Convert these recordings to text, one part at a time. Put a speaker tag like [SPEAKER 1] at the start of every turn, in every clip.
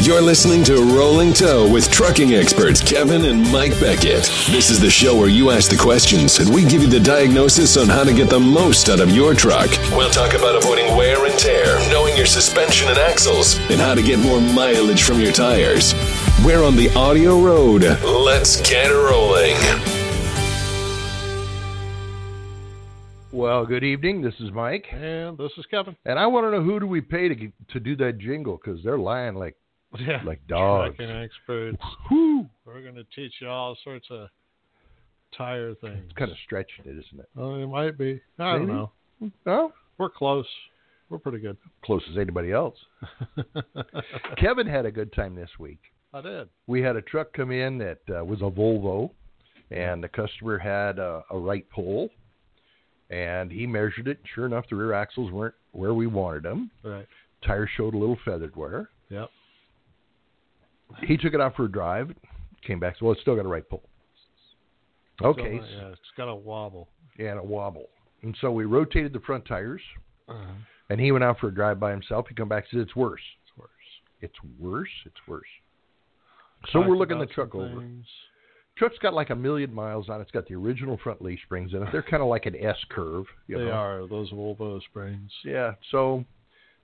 [SPEAKER 1] You're listening to Rolling Toe with trucking experts Kevin and Mike Beckett. This is the show where you ask the questions and we give you the diagnosis on how to get the most out of your truck. We'll talk about avoiding wear and tear, knowing your suspension and axles, and how to get more mileage from your tires. We're on the audio road. Let's get rolling.
[SPEAKER 2] Well, good evening. This is Mike,
[SPEAKER 3] And this is Kevin.
[SPEAKER 2] and I want to know who do we pay to get, to do that jingle because they're lying like
[SPEAKER 3] Yeah.
[SPEAKER 2] like dogs.
[SPEAKER 3] Trucking experts.
[SPEAKER 2] Whew.
[SPEAKER 3] We're going to teach you all sorts of tire things.
[SPEAKER 2] It's kind of stretching it, isn't it?
[SPEAKER 3] Well, it might be. I don't
[SPEAKER 2] Maybe.
[SPEAKER 3] know.
[SPEAKER 2] Oh,
[SPEAKER 3] We're close. We're pretty good.
[SPEAKER 2] close as anybody else. Kevin had a good time this week.
[SPEAKER 3] I did.
[SPEAKER 2] We had a truck come in that uh, was a Volvo, and the customer had a, a right pole, and he measured it. Sure enough, the rear axles weren't where we wanted them.
[SPEAKER 3] Right.
[SPEAKER 2] Tire showed a little feathered wear.
[SPEAKER 3] Yep.
[SPEAKER 2] He took it out for a drive, came back. Said, well, it's still got a right pole. Okay,
[SPEAKER 3] So, yeah, it's got a wobble.
[SPEAKER 2] and a wobble. And so we rotated the front tires, and he went out for a drive by himself. He come back and said, "It's worse.
[SPEAKER 3] It's worse.
[SPEAKER 2] It's worse. It's worse." So we're
[SPEAKER 3] Talked
[SPEAKER 2] looking the
[SPEAKER 3] about some
[SPEAKER 2] truck over.
[SPEAKER 3] things.
[SPEAKER 2] Truck's got like a million miles on it. It's got the original front leaf springs in it. They're kind of like an S curve. You
[SPEAKER 3] They
[SPEAKER 2] know?
[SPEAKER 3] are those Volvo springs.
[SPEAKER 2] Yeah. So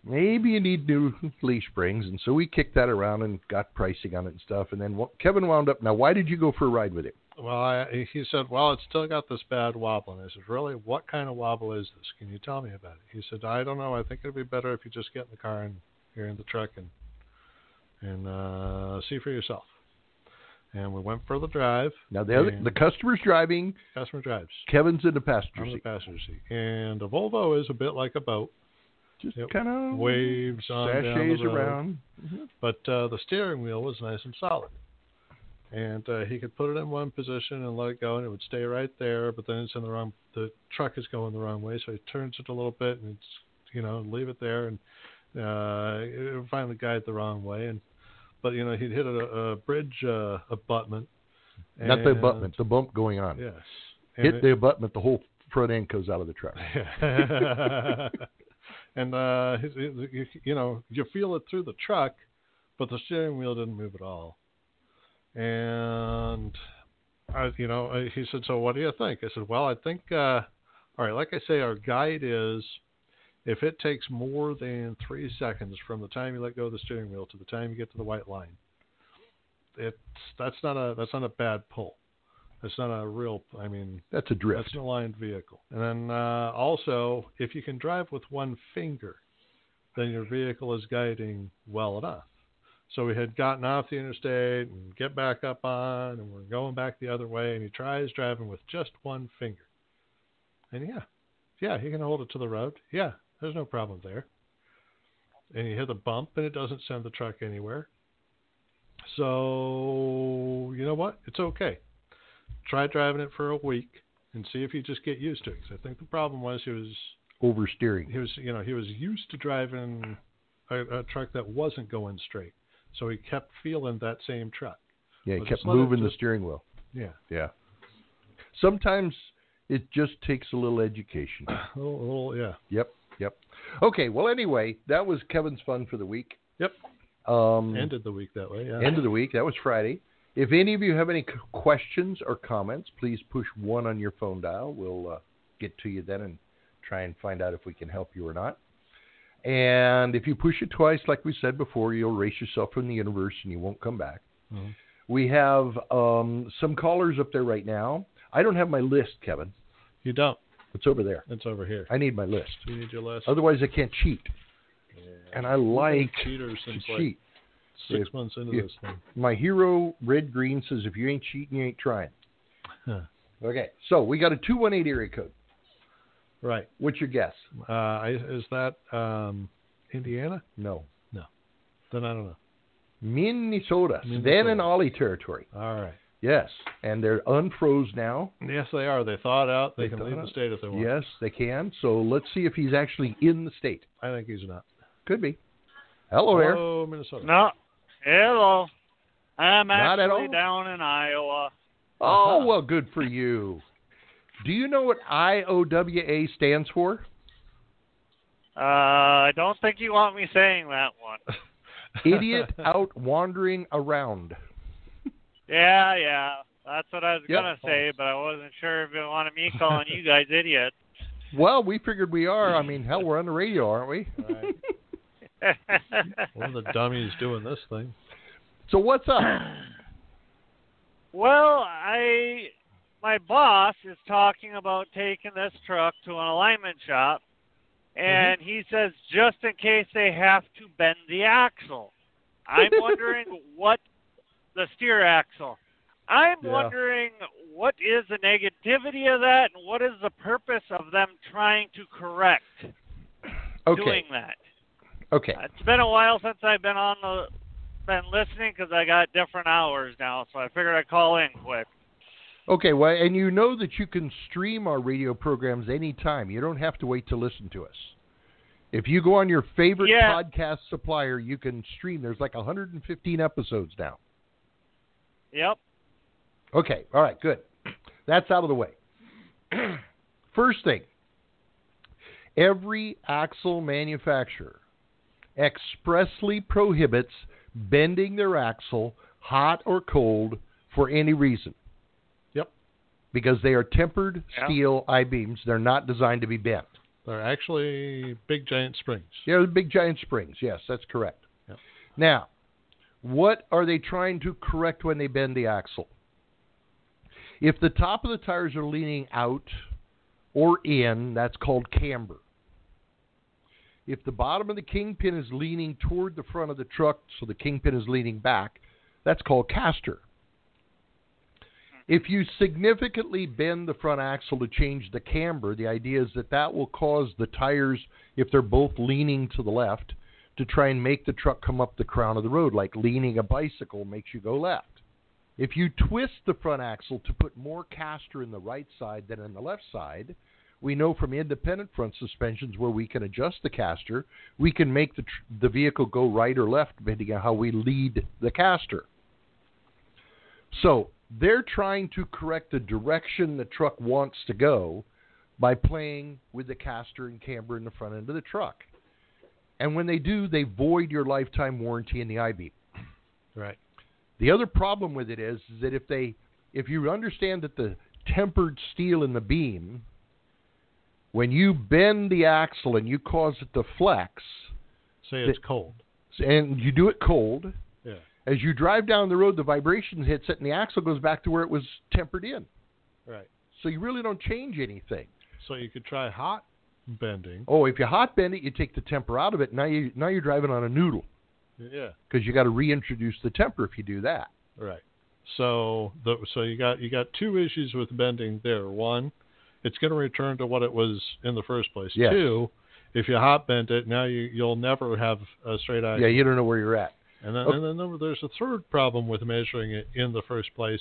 [SPEAKER 2] maybe you need new leaf springs. And so we kicked that around and got pricing on it and stuff. And then wh- Kevin wound up. Now, why did you go for a ride with him?
[SPEAKER 3] Well, I, he said, "Well, it's still got this bad wobble." And I said, "Really? What kind of wobble is this? Can you tell me about it?" He said, "I don't know. I think it'd be better if you just get in the car and here in the truck and and uh, see for yourself." And we went for the drive.
[SPEAKER 2] Now the other,
[SPEAKER 3] Yeah.
[SPEAKER 2] the customer's driving.
[SPEAKER 3] Customer drives.
[SPEAKER 2] Kevin's in the passenger
[SPEAKER 3] I'm the
[SPEAKER 2] seat.
[SPEAKER 3] passenger seat, and a Volvo is a bit like a boat.
[SPEAKER 2] Just
[SPEAKER 3] Yep.
[SPEAKER 2] kind of
[SPEAKER 3] Waves on down the
[SPEAKER 2] sachets
[SPEAKER 3] road.
[SPEAKER 2] around.
[SPEAKER 3] but uh, the steering wheel was nice and solid. And uh, he could put it in one position and let it go, and it would stay right there. But then it's in the wrong. The truck is going the wrong way, so he turns it a little bit, and it's you know leave it there, and uh, it would finally guide the wrong way. And but you know he'd hit a, a bridge uh, abutment.
[SPEAKER 2] Not the
[SPEAKER 3] and-
[SPEAKER 2] abutment, the bump going on.
[SPEAKER 3] Yes. And
[SPEAKER 2] Hit
[SPEAKER 3] it-
[SPEAKER 2] the abutment, the whole front end goes out of the truck.
[SPEAKER 3] and uh, his- his- you, you know, you feel it through the truck, but the steering wheel didn't move at all. And I, you know, I- he said, "So what do you think?" I said, "Well, I think, uh, all right, like I say, our guide is." If it takes more than three seconds from the time you let go of the steering wheel to the time you get to the white line, it's that's not a that's not a bad pull. That's not a real. I mean,
[SPEAKER 2] That's a drift.
[SPEAKER 3] that's an aligned vehicle. And then uh, also, if you can drive with one finger, then your vehicle is guiding well enough. So we had gotten off the interstate and get back up on, and we're going back the other way, and he tries driving with just one finger. And yeah, yeah, he can hold it to the road. Yeah, there's no problem there. And you hit the bump, and it doesn't send the truck anywhere. So, you know what? It's okay. Try driving it for a week and see if you just get used to it. 'Cause I think the problem was he was
[SPEAKER 2] Oversteering.
[SPEAKER 3] he was you know he was used to driving a, a truck that wasn't going straight, so he kept feeling that same truck.
[SPEAKER 2] Yeah, he
[SPEAKER 3] Well,
[SPEAKER 2] kept
[SPEAKER 3] just let it
[SPEAKER 2] moving the
[SPEAKER 3] just-
[SPEAKER 2] steering wheel.
[SPEAKER 3] Yeah,
[SPEAKER 2] Yeah. Sometimes it just takes a little education.
[SPEAKER 3] a little, a little- yeah.
[SPEAKER 2] yep, yep. Okay, well, anyway, that was Kevin's fun for the week.
[SPEAKER 3] Yep.
[SPEAKER 2] Um,
[SPEAKER 3] Ended the week that way. Yeah.
[SPEAKER 2] end of the week. That was Friday. If any of you have any c- questions or comments, please push one on your phone dial. We'll uh, get to you then and try and find out if we can help you or not. And if you push it twice, like we said before, you'll erase yourself from the universe and you won't come back.
[SPEAKER 3] Mhm.
[SPEAKER 2] We have um, some callers up there right now. I don't have my list, Kevin.
[SPEAKER 3] you don't.
[SPEAKER 2] It's over there.
[SPEAKER 3] It's over here.
[SPEAKER 2] I need my list.
[SPEAKER 3] You need your last
[SPEAKER 2] Otherwise, I can't cheat. And I like
[SPEAKER 3] cheater
[SPEAKER 2] to
[SPEAKER 3] since like
[SPEAKER 2] cheat.
[SPEAKER 3] six
[SPEAKER 2] If-
[SPEAKER 3] months into
[SPEAKER 2] if-
[SPEAKER 3] this thing.
[SPEAKER 2] My hero, Red Green, says, if you ain't cheating, you ain't trying.
[SPEAKER 3] Huh.
[SPEAKER 2] Okay, so we got a 218 area code.
[SPEAKER 3] Right.
[SPEAKER 2] What's your guess?
[SPEAKER 3] Uh, I- is that um, Indiana?
[SPEAKER 2] No.
[SPEAKER 3] Then I don't know.
[SPEAKER 2] Minnesota, Then
[SPEAKER 3] Minnesota.
[SPEAKER 2] and Ollie territory.
[SPEAKER 3] All right.
[SPEAKER 2] Yes, and they're unfroze now.
[SPEAKER 3] Yes, they are. They thawed out. They,
[SPEAKER 2] They
[SPEAKER 3] can
[SPEAKER 2] thawed
[SPEAKER 3] leave
[SPEAKER 2] out.
[SPEAKER 3] the state if they want.
[SPEAKER 2] Yes, they can. So let's see if he's actually in the state.
[SPEAKER 3] I think he's not.
[SPEAKER 2] Could be. Hello there.
[SPEAKER 3] Oh, Minnesota.
[SPEAKER 4] No. Hello. I'm
[SPEAKER 2] Not at
[SPEAKER 4] actually
[SPEAKER 2] all.
[SPEAKER 4] down in Iowa.
[SPEAKER 2] Oh,
[SPEAKER 3] Uh-huh.
[SPEAKER 2] well, good for you. Do you know what IOWA stands for?
[SPEAKER 4] Uh, I don't think you want me saying that one.
[SPEAKER 2] Idiot out wandering around.
[SPEAKER 4] Yeah, yeah. That's what I was
[SPEAKER 2] Yep.
[SPEAKER 4] gonna say, but I wasn't sure if it wanted me calling you guys idiots.
[SPEAKER 2] Well, we figured we are. I mean, hell, we're on the radio, aren't we?
[SPEAKER 3] Right. One of the dummies doing this thing.
[SPEAKER 2] So what's up?
[SPEAKER 4] well, I my boss is talking about taking this truck to an alignment shop and he says just in case they have to bend the axle. I'm wondering what the steer axle. I'm
[SPEAKER 3] Yeah.
[SPEAKER 4] wondering what is the negativity of that and what is the purpose of them trying to correct doing
[SPEAKER 2] Okay.
[SPEAKER 4] that?
[SPEAKER 2] Okay.
[SPEAKER 4] It's been a while since I've been on the been listening because I got different hours now, so I figured I'd call in quick.
[SPEAKER 2] Okay. Well, and you know that you can stream our radio programs anytime. You don't have to wait to listen to us. If you go on your favorite
[SPEAKER 4] Yeah.
[SPEAKER 2] podcast supplier, you can stream. There's like 115 episodes now.
[SPEAKER 4] Yep.
[SPEAKER 2] Okay. All right. Good. That's out of the way. First thing every axle manufacturer expressly prohibits bending their axle, hot or cold, for any reason.
[SPEAKER 3] Yep.
[SPEAKER 2] Because they are tempered
[SPEAKER 4] Yeah.
[SPEAKER 2] steel I beams. They're not designed to be bent.
[SPEAKER 3] They're actually big giant springs.
[SPEAKER 2] Yeah, the big giant springs. Yes, that's correct.
[SPEAKER 3] Yep.
[SPEAKER 2] Now, what are they trying to correct when they bend the axle? If the top of the tires are leaning out or in, that's called camber. If the bottom of the kingpin is leaning toward the front of the truck, so the kingpin is leaning back, that's called caster. If you significantly bend the front axle to change the camber, the idea is that that will cause the tires if they're both leaning to the left to try and make the truck come up the crown of the road, like leaning a bicycle makes you go left. If you twist the front axle to put more caster in the right side than in the left side, we know from independent front suspensions where we can adjust the caster, we can make the, tr- the vehicle go right or left depending on how we lead the caster. So they're trying to correct the direction the truck wants to go by playing with the caster and camber in the front end of the truck. And when they do, they void your lifetime warranty in the IB.
[SPEAKER 3] Right.
[SPEAKER 2] The other problem with it is, is that if they if you understand that the tempered steel in the beam, when you bend the axle and you cause it to flex,
[SPEAKER 3] Say it's cold.
[SPEAKER 2] and you do it cold,
[SPEAKER 3] Yeah.
[SPEAKER 2] as you drive down the road, the vibration hits it, and the axle goes back to where it was tempered in.
[SPEAKER 3] Right.
[SPEAKER 2] So you really don't change anything.
[SPEAKER 3] So you could try hot bending.
[SPEAKER 2] Oh, if you hot bend it, you take the temper out of it. Now you now you're driving on a noodle
[SPEAKER 3] Yeah.
[SPEAKER 2] because you got to reintroduce the temper if you do that.
[SPEAKER 3] Right. So the so you got you got two issues with bending there. One, it's going to return to what it was in the first place.
[SPEAKER 2] Yes.
[SPEAKER 3] Two, if you hot bend it, now you you'll never have a straight eye.
[SPEAKER 2] Yeah, you don't know where you're at.
[SPEAKER 3] And then,
[SPEAKER 2] Okay.
[SPEAKER 3] and then there- there's a third problem with measuring it in the first place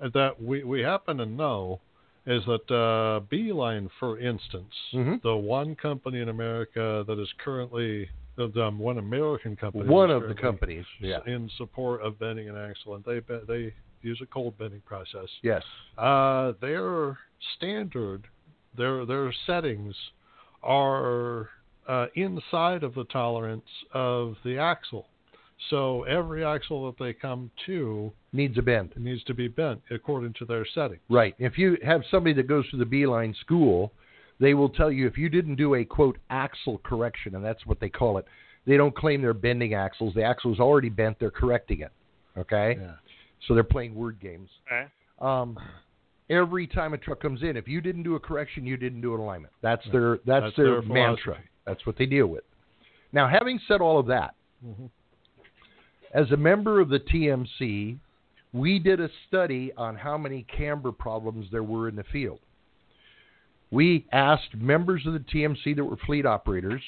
[SPEAKER 3] uh, that we, we happen to know is that uh, Beeline, for instance,
[SPEAKER 2] Mhm.
[SPEAKER 3] the one company in America that is currently, the, the one American company, that
[SPEAKER 2] One
[SPEAKER 3] is
[SPEAKER 2] of the
[SPEAKER 3] currently
[SPEAKER 2] companies. Yeah.
[SPEAKER 3] s- in support of bending an axle, and they be- they use a cold bending process.
[SPEAKER 2] Yes.
[SPEAKER 3] Uh, their standard, their their settings are uh, inside of the tolerance of the axle. So every axle that they come to
[SPEAKER 2] Needs a bend.
[SPEAKER 3] needs to be bent according to their setting.
[SPEAKER 2] Right. If you have somebody that goes to the beeline school, they will tell you if you didn't do a quote axle correction, and that's what they call it. They don't claim they're bending axles. The axle is already bent. They're correcting it. Okay.
[SPEAKER 3] Yeah.
[SPEAKER 2] So they're playing word games.
[SPEAKER 4] Okay.
[SPEAKER 2] Um, every time a truck comes in, if you didn't do a correction, you didn't do an alignment. That's their that's,
[SPEAKER 3] That's
[SPEAKER 2] their,
[SPEAKER 3] their
[SPEAKER 2] mantra.
[SPEAKER 3] philosophy.
[SPEAKER 2] That's what they deal with. Now, having said all of that,
[SPEAKER 3] Mhm.
[SPEAKER 2] as a member of the TMC, we did a study on how many camber problems there were in the field. We asked members of the TMC that were fleet operators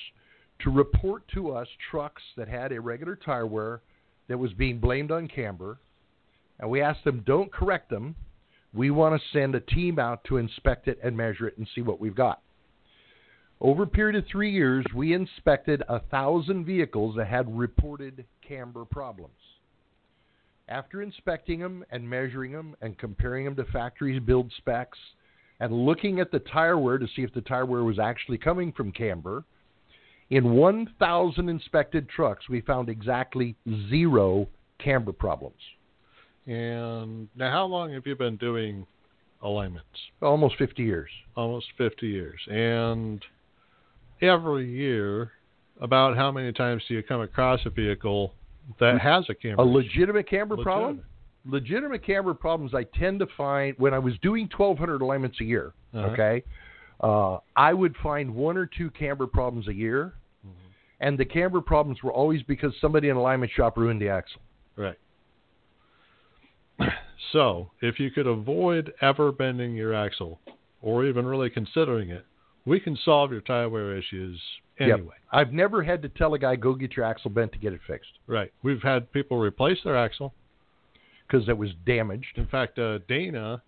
[SPEAKER 2] to report to us trucks that had irregular tire wear that was being blamed on camber. And we asked them, don't correct them. We want to send a team out to inspect it and measure it and see what we've got. Over a period of three years, we inspected a thousand vehicles that had reported camber problems. After inspecting them and measuring them and comparing them to factory build specs and looking at the tire wear to see if the tire wear was actually coming from camber, In 1,000 inspected trucks, we found exactly zero camber problems,
[SPEAKER 3] And now, how long have you been doing alignments?
[SPEAKER 2] almost 50 years.
[SPEAKER 3] Almost 50 years. And every year, about how many times do you come across a vehicle that has a camera?
[SPEAKER 2] Mm-hmm. A legitimate camber
[SPEAKER 3] Legitimate.
[SPEAKER 2] problem? Legitimate camber problems I tend to find when I was doing 1,200 alignments a year,
[SPEAKER 3] Uh-huh.
[SPEAKER 2] okay? Uh, I would find one or two camber problems a year,
[SPEAKER 3] Mm-hmm.
[SPEAKER 2] and the camber problems were always because somebody in an alignment shop ruined the axle.
[SPEAKER 3] So, if you could avoid ever bending your axle or even really considering it, we can solve your tire wear issues
[SPEAKER 2] Yep.
[SPEAKER 3] anyway.
[SPEAKER 2] I've never had to tell a guy, go get your axle bent to get it fixed
[SPEAKER 3] Right. We've had people replace their axle.
[SPEAKER 2] because it was damaged.
[SPEAKER 3] In fact, uh, Dana,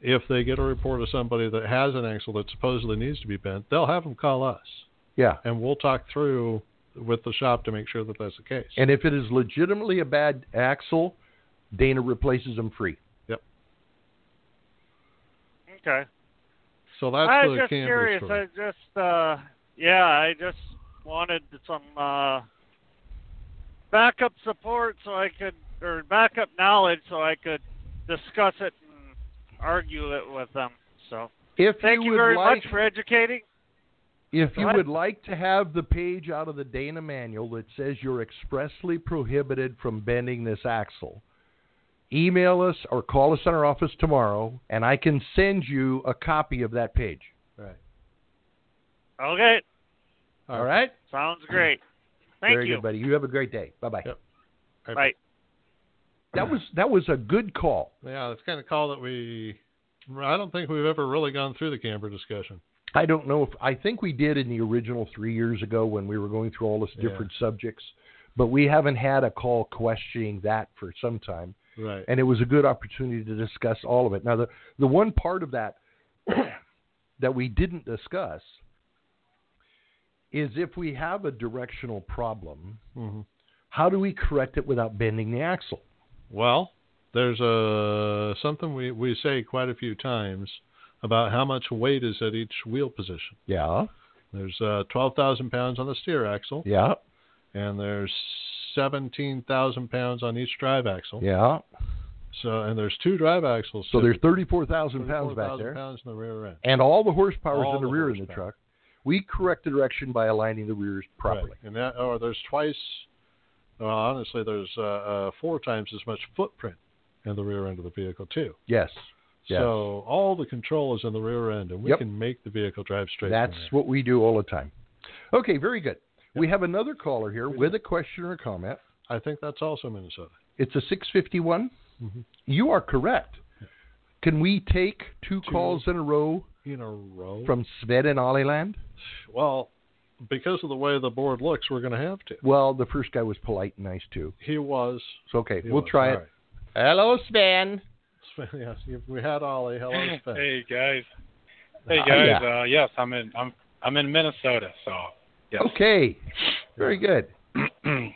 [SPEAKER 3] if they get a report of somebody that has an axle that supposedly needs to be bent, they'll have them call us
[SPEAKER 2] Yeah.
[SPEAKER 3] and we'll talk through with the shop to make sure that that's the case.
[SPEAKER 2] And if it is legitimately a bad axle, Dana replaces them free.
[SPEAKER 4] Okay.
[SPEAKER 3] so that's
[SPEAKER 4] I
[SPEAKER 3] the
[SPEAKER 4] was just
[SPEAKER 3] camber
[SPEAKER 4] curious.
[SPEAKER 3] story.
[SPEAKER 4] I just, uh, yeah, I just wanted some uh, backup support so I could, or backup knowledge so I could discuss it and argue it with them. So
[SPEAKER 2] If
[SPEAKER 4] thank
[SPEAKER 2] you
[SPEAKER 4] you,
[SPEAKER 2] would
[SPEAKER 4] very
[SPEAKER 2] like,
[SPEAKER 4] much for educating.
[SPEAKER 2] if you
[SPEAKER 4] Go ahead.
[SPEAKER 2] would like to have the page out of the Dana manual that says you're expressly prohibited from bending this axle, email us or call us in our office tomorrow, and I can send you a copy of that page.
[SPEAKER 4] Okay,
[SPEAKER 2] All right.
[SPEAKER 4] sounds great. Thank
[SPEAKER 2] Very
[SPEAKER 4] you.
[SPEAKER 2] good, buddy. You have a great day. Bye bye.
[SPEAKER 3] Yep.
[SPEAKER 4] Bye.
[SPEAKER 2] That was that was a good call.
[SPEAKER 3] Yeah, that's kind of call that we. I don't think we've ever really gone through the camber discussion.
[SPEAKER 2] I don't know if I think we did in the original three years ago when we were going through all these
[SPEAKER 3] Yeah.
[SPEAKER 2] different subjects, but we haven't had a call questioning that for some time,
[SPEAKER 3] Right.
[SPEAKER 2] and it was a good opportunity to discuss all of it. Now, the the one part of that that we didn't discuss is if we have a directional problem,
[SPEAKER 3] hmm
[SPEAKER 2] how do we correct it without bending the axle?
[SPEAKER 3] Well, there's a something we we say quite a few times about how much weight is at each wheel position.
[SPEAKER 2] Yeah,
[SPEAKER 3] There's uh, 12,000 pounds on the steer axle,
[SPEAKER 2] yeah,
[SPEAKER 3] and there's 17,000 pounds on each drive axle.
[SPEAKER 2] yeah.
[SPEAKER 3] So, and there's two drive axles.
[SPEAKER 2] So there's thirty four thousand pounds back
[SPEAKER 3] 34,000
[SPEAKER 2] there.
[SPEAKER 3] pounds in the rear end.
[SPEAKER 2] and all the horsepower is
[SPEAKER 3] All
[SPEAKER 2] in the,
[SPEAKER 3] the
[SPEAKER 2] rear in the
[SPEAKER 3] horsepower.
[SPEAKER 2] truck. We correct the direction by aligning the rears properly.
[SPEAKER 3] Right. And that, or there's twice. Well, honestly, there's uh, uh, four times as much footprint in the rear end of the vehicle too.
[SPEAKER 2] Yes, Yes.
[SPEAKER 3] So all the control is in the rear end, and we
[SPEAKER 2] Yep.
[SPEAKER 3] can make the vehicle drive straight.
[SPEAKER 2] that's
[SPEAKER 3] from there.
[SPEAKER 2] what we do all the time. Okay, very good. We have another caller here with a question or a comment.
[SPEAKER 3] I think that's also Minnesota.
[SPEAKER 2] It's a 651.
[SPEAKER 3] Mhm.
[SPEAKER 2] You are correct. Can we take two, calls in a row
[SPEAKER 3] In a row.
[SPEAKER 2] from Sved and Olliland?
[SPEAKER 3] well, because of the way the board looks, we're going to have to.
[SPEAKER 2] Well, the first guy was polite and nice too.
[SPEAKER 3] He was.
[SPEAKER 2] So okay,
[SPEAKER 3] he
[SPEAKER 2] we'll
[SPEAKER 3] was.
[SPEAKER 2] try
[SPEAKER 3] All
[SPEAKER 2] it. Hello,
[SPEAKER 3] right.
[SPEAKER 2] Sven.
[SPEAKER 3] yes, you- we had Ollie. Hello, Sven.
[SPEAKER 5] Hey guys. Hey
[SPEAKER 2] Ah,
[SPEAKER 5] guys. Uh, yes, I'm in. I'm I'm in Minnesota. So yes.
[SPEAKER 2] Okay, very good.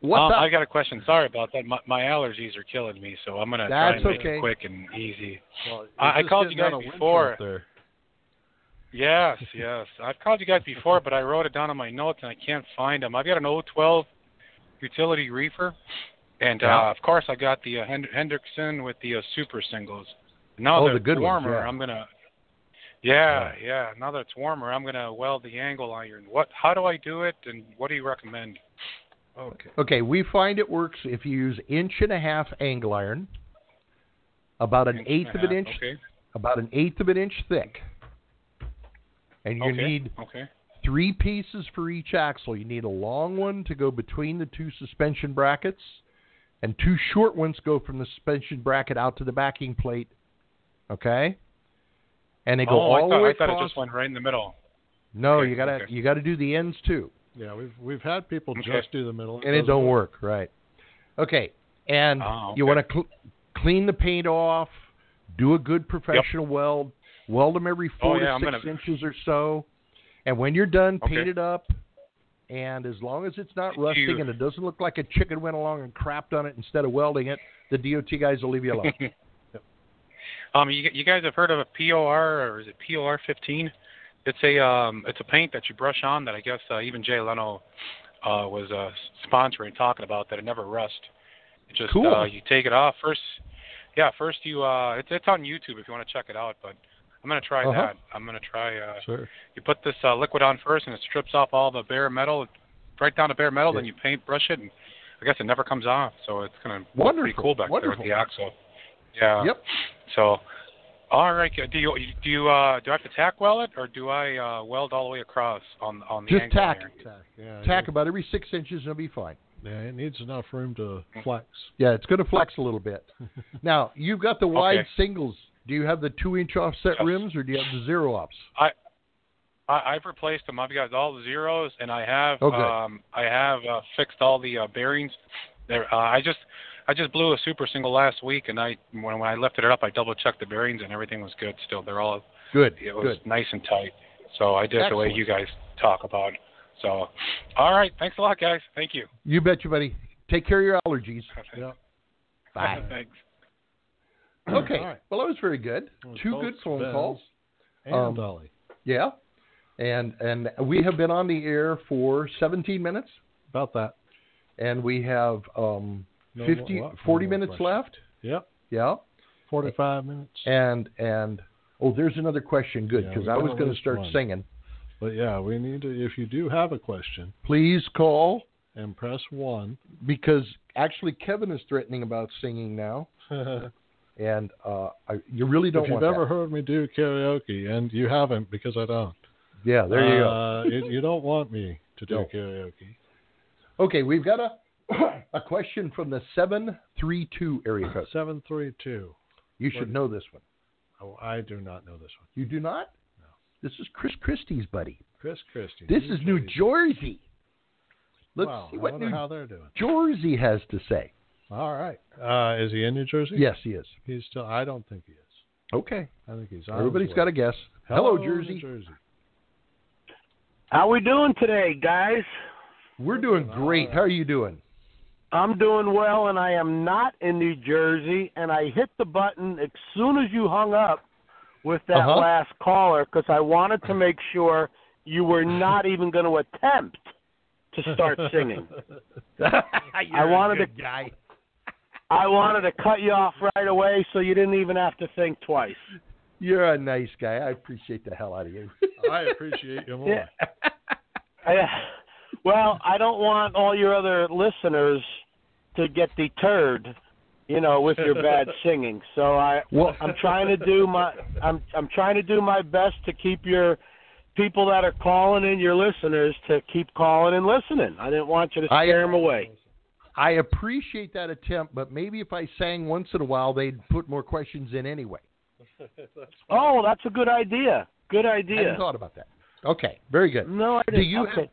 [SPEAKER 2] What's
[SPEAKER 5] um,
[SPEAKER 2] up?
[SPEAKER 5] I got a question. Sorry about that. My, my allergies are killing me, so I'm gonna
[SPEAKER 2] That's
[SPEAKER 5] try and make
[SPEAKER 2] okay.
[SPEAKER 5] it quick and easy.
[SPEAKER 3] Well, it's
[SPEAKER 5] I- I
[SPEAKER 3] just
[SPEAKER 5] called you
[SPEAKER 3] getting out
[SPEAKER 5] guys
[SPEAKER 3] of winter
[SPEAKER 5] before.
[SPEAKER 3] up There.
[SPEAKER 5] Yes, yes. I've called you guys before, but I wrote it down on my notes and I can't find them. I've got an 012 utility reefer, and
[SPEAKER 2] Yeah.
[SPEAKER 5] uh, of course I got the uh, Hend- Hendrickson with the uh, super singles. Now
[SPEAKER 2] Oh,
[SPEAKER 5] that
[SPEAKER 2] the
[SPEAKER 5] it's
[SPEAKER 2] good ones,
[SPEAKER 5] warmer,
[SPEAKER 2] yeah.
[SPEAKER 5] I'm gonna. Yeah, yeah. Now that it's warmer, I'm gonna weld the angle iron. What? How do I do it? And what do you recommend?
[SPEAKER 3] Okay.
[SPEAKER 2] Okay, we find it works if you use inch and a half angle iron, about an
[SPEAKER 5] Inch and
[SPEAKER 2] eighth
[SPEAKER 5] a
[SPEAKER 2] of an
[SPEAKER 5] half,
[SPEAKER 2] inch,
[SPEAKER 5] Okay.
[SPEAKER 2] about an eighth of an inch thick, and you
[SPEAKER 5] okay.
[SPEAKER 2] need
[SPEAKER 5] Okay.
[SPEAKER 2] three pieces for each axle. You need a long one to go between the two suspension brackets, and two short ones go from the suspension bracket out to the backing plate. Okay, and they go
[SPEAKER 5] oh,
[SPEAKER 2] all
[SPEAKER 5] I thought,
[SPEAKER 2] the way
[SPEAKER 5] I thought it
[SPEAKER 2] across.
[SPEAKER 5] just went right in the middle.
[SPEAKER 2] no,
[SPEAKER 5] okay,
[SPEAKER 2] you gotta
[SPEAKER 5] okay.
[SPEAKER 2] you gotta do the ends too.
[SPEAKER 3] Yeah, we've we've had people
[SPEAKER 5] Okay.
[SPEAKER 3] just do the middle,
[SPEAKER 2] and it
[SPEAKER 3] doesn't
[SPEAKER 2] don't work, right? Okay, and
[SPEAKER 5] Oh,
[SPEAKER 2] you
[SPEAKER 5] okay.
[SPEAKER 2] want to cl- clean the paint off, do a good professional weld, weld them every
[SPEAKER 5] Oh,
[SPEAKER 2] four
[SPEAKER 5] yeah,
[SPEAKER 2] to
[SPEAKER 5] I'm
[SPEAKER 2] 6
[SPEAKER 5] gonna-
[SPEAKER 2] inches or so, and when you're done,
[SPEAKER 5] Okay.
[SPEAKER 2] paint it up. And as long as it's not
[SPEAKER 5] Did
[SPEAKER 2] rusting
[SPEAKER 5] you-
[SPEAKER 2] and it doesn't look like a chicken went along and crapped on it instead of welding it, the DOT guys will leave you alone.
[SPEAKER 5] Um, you, you guys have heard of a POR or is it POR 15? It's a um, it's a paint that you brush on that I guess uh, even Jay Leno uh, was uh, sponsoring, talking about that it never rusts. It just
[SPEAKER 2] Cool.
[SPEAKER 5] uh, you take it off first. Yeah, first you uh, it's it's on YouTube if you want to check it out. But I'm gonna try
[SPEAKER 2] Uh-huh.
[SPEAKER 5] that. I'm gonna try. Uh,
[SPEAKER 3] Sure.
[SPEAKER 5] you put this uh, liquid on first, and it strips off all the bare metal, right down to bare metal. Then
[SPEAKER 2] Yeah.
[SPEAKER 5] you paint brush it, and I guess it never comes off. So it's gonna look pretty
[SPEAKER 2] Wonderful,
[SPEAKER 5] cool back
[SPEAKER 2] wonderful.
[SPEAKER 5] there with the axle. Yeah.
[SPEAKER 2] Yep.
[SPEAKER 5] So, all right. Do you do you uh, do I have to tack weld it, or do I uh, weld all the way across on on the
[SPEAKER 2] Just
[SPEAKER 5] angle
[SPEAKER 2] tack
[SPEAKER 5] there?
[SPEAKER 2] it.
[SPEAKER 3] Tack. Yeah,
[SPEAKER 2] Tack about every six inches and it'll be fine.
[SPEAKER 3] it- Yeah, it needs enough room to flex.
[SPEAKER 2] Yeah, it's going to flex a little bit. now you've got the wide singles. Do you have the two-inch offset
[SPEAKER 5] Yes.
[SPEAKER 2] rims or do you have the zero offs?
[SPEAKER 5] I, I've replaced them. I've got all the zeros, and I have
[SPEAKER 2] Oh, good.
[SPEAKER 5] um, I have uh, fixed all the uh, bearings. There, uh, I just I just blew a super single last week, and I when, when I lifted it up, I double checked the bearings, and everything was good. Still, they're all
[SPEAKER 2] Good,
[SPEAKER 5] it was
[SPEAKER 2] good.
[SPEAKER 5] nice and tight. So I did it the way
[SPEAKER 2] Excellent.
[SPEAKER 5] you guys talk about. it. So, all right, thanks a lot, guys. Thank you.
[SPEAKER 2] You bet, you buddy. Take care of your allergies.
[SPEAKER 3] Yep.
[SPEAKER 2] Bye.
[SPEAKER 5] thanks.
[SPEAKER 2] okay.
[SPEAKER 3] All right.
[SPEAKER 2] Well, that was very good.
[SPEAKER 3] Well,
[SPEAKER 2] Two
[SPEAKER 3] both
[SPEAKER 2] good phone
[SPEAKER 3] spins.
[SPEAKER 2] calls.
[SPEAKER 3] And
[SPEAKER 2] Um,
[SPEAKER 3] Ollie.
[SPEAKER 2] Yeah. And and we have been on the air for 17 minutes,
[SPEAKER 3] About that.
[SPEAKER 2] and we have um,
[SPEAKER 3] No more-
[SPEAKER 2] 50,
[SPEAKER 3] what? No
[SPEAKER 2] 40
[SPEAKER 3] more
[SPEAKER 2] minutes
[SPEAKER 3] questions.
[SPEAKER 2] left.
[SPEAKER 3] Yep.
[SPEAKER 2] Yeah.
[SPEAKER 3] 45 minutes.
[SPEAKER 2] And and oh, there's another question. Good,
[SPEAKER 3] Yeah,
[SPEAKER 2] because
[SPEAKER 3] we
[SPEAKER 2] I was
[SPEAKER 3] don't
[SPEAKER 2] going to
[SPEAKER 3] lose
[SPEAKER 2] start
[SPEAKER 3] one.
[SPEAKER 2] singing.
[SPEAKER 3] But yeah, we need to, if you do have a question,
[SPEAKER 2] Please call
[SPEAKER 3] and press one.
[SPEAKER 2] because actually Kevin is threatening about singing now,
[SPEAKER 3] if
[SPEAKER 2] and uh, I, you really don't
[SPEAKER 3] you've
[SPEAKER 2] want
[SPEAKER 3] ever heard me do karaoke, and you haven't because I don't.
[SPEAKER 2] that. Yeah, Ah, there you go.
[SPEAKER 3] uh, you, you don't want me to do
[SPEAKER 2] No.
[SPEAKER 3] karaoke.
[SPEAKER 2] Okay, we've got a a question from the 732 area code.
[SPEAKER 3] 732.
[SPEAKER 2] You should know this one.
[SPEAKER 3] Oh, I do not know this one.
[SPEAKER 2] You do not? This is Chris Christie's buddy.
[SPEAKER 3] Chris Christie.
[SPEAKER 2] This is New Jersey. Let's
[SPEAKER 3] wow,
[SPEAKER 2] see
[SPEAKER 3] I
[SPEAKER 2] what
[SPEAKER 3] wonder
[SPEAKER 2] New
[SPEAKER 3] how they're doing.
[SPEAKER 2] Jersey has to say.
[SPEAKER 3] All right. Uh, is he in New Jersey?
[SPEAKER 2] Yes, he is.
[SPEAKER 3] He's still. I don't think he is.
[SPEAKER 2] Okay.
[SPEAKER 3] I think he's. on
[SPEAKER 2] Everybody's
[SPEAKER 3] his
[SPEAKER 2] got
[SPEAKER 3] way.
[SPEAKER 2] a guess. Hello,
[SPEAKER 3] Hello,
[SPEAKER 2] Jersey.
[SPEAKER 3] New Jersey.
[SPEAKER 6] How we doing today, guys?
[SPEAKER 2] We're doing great. How are you doing?
[SPEAKER 6] I'm doing well, and I am not in New Jersey. And I hit the button as soon as you hung up with that
[SPEAKER 2] Uh-huh.
[SPEAKER 6] last caller because I wanted to make sure you were not even going to attempt to start singing. I wanted to
[SPEAKER 2] guy.
[SPEAKER 6] I wanted to cut you off right away so you didn't even have to think twice.
[SPEAKER 2] You're a nice guy. I appreciate the hell out of you.
[SPEAKER 3] I appreciate you more.
[SPEAKER 6] Yeah. I, well, I don't want all your other listeners to get deterred, you know, with your bad singing. So I,
[SPEAKER 2] Well-
[SPEAKER 6] I'm trying to do my, I'm, I'm trying to do my best to keep your people that are calling in, your listeners, to keep calling and listening. I didn't want you to
[SPEAKER 2] I-
[SPEAKER 6] scare them away.
[SPEAKER 2] I appreciate that attempt, but maybe if I sang once in a while, they'd put more questions in anyway.
[SPEAKER 6] Oh, that's a good idea. Good
[SPEAKER 2] I hadn't
[SPEAKER 6] idea.
[SPEAKER 2] thought about that. Okay, very good.
[SPEAKER 6] No, I didn't.
[SPEAKER 2] Do you
[SPEAKER 6] Mm-hmm. okay.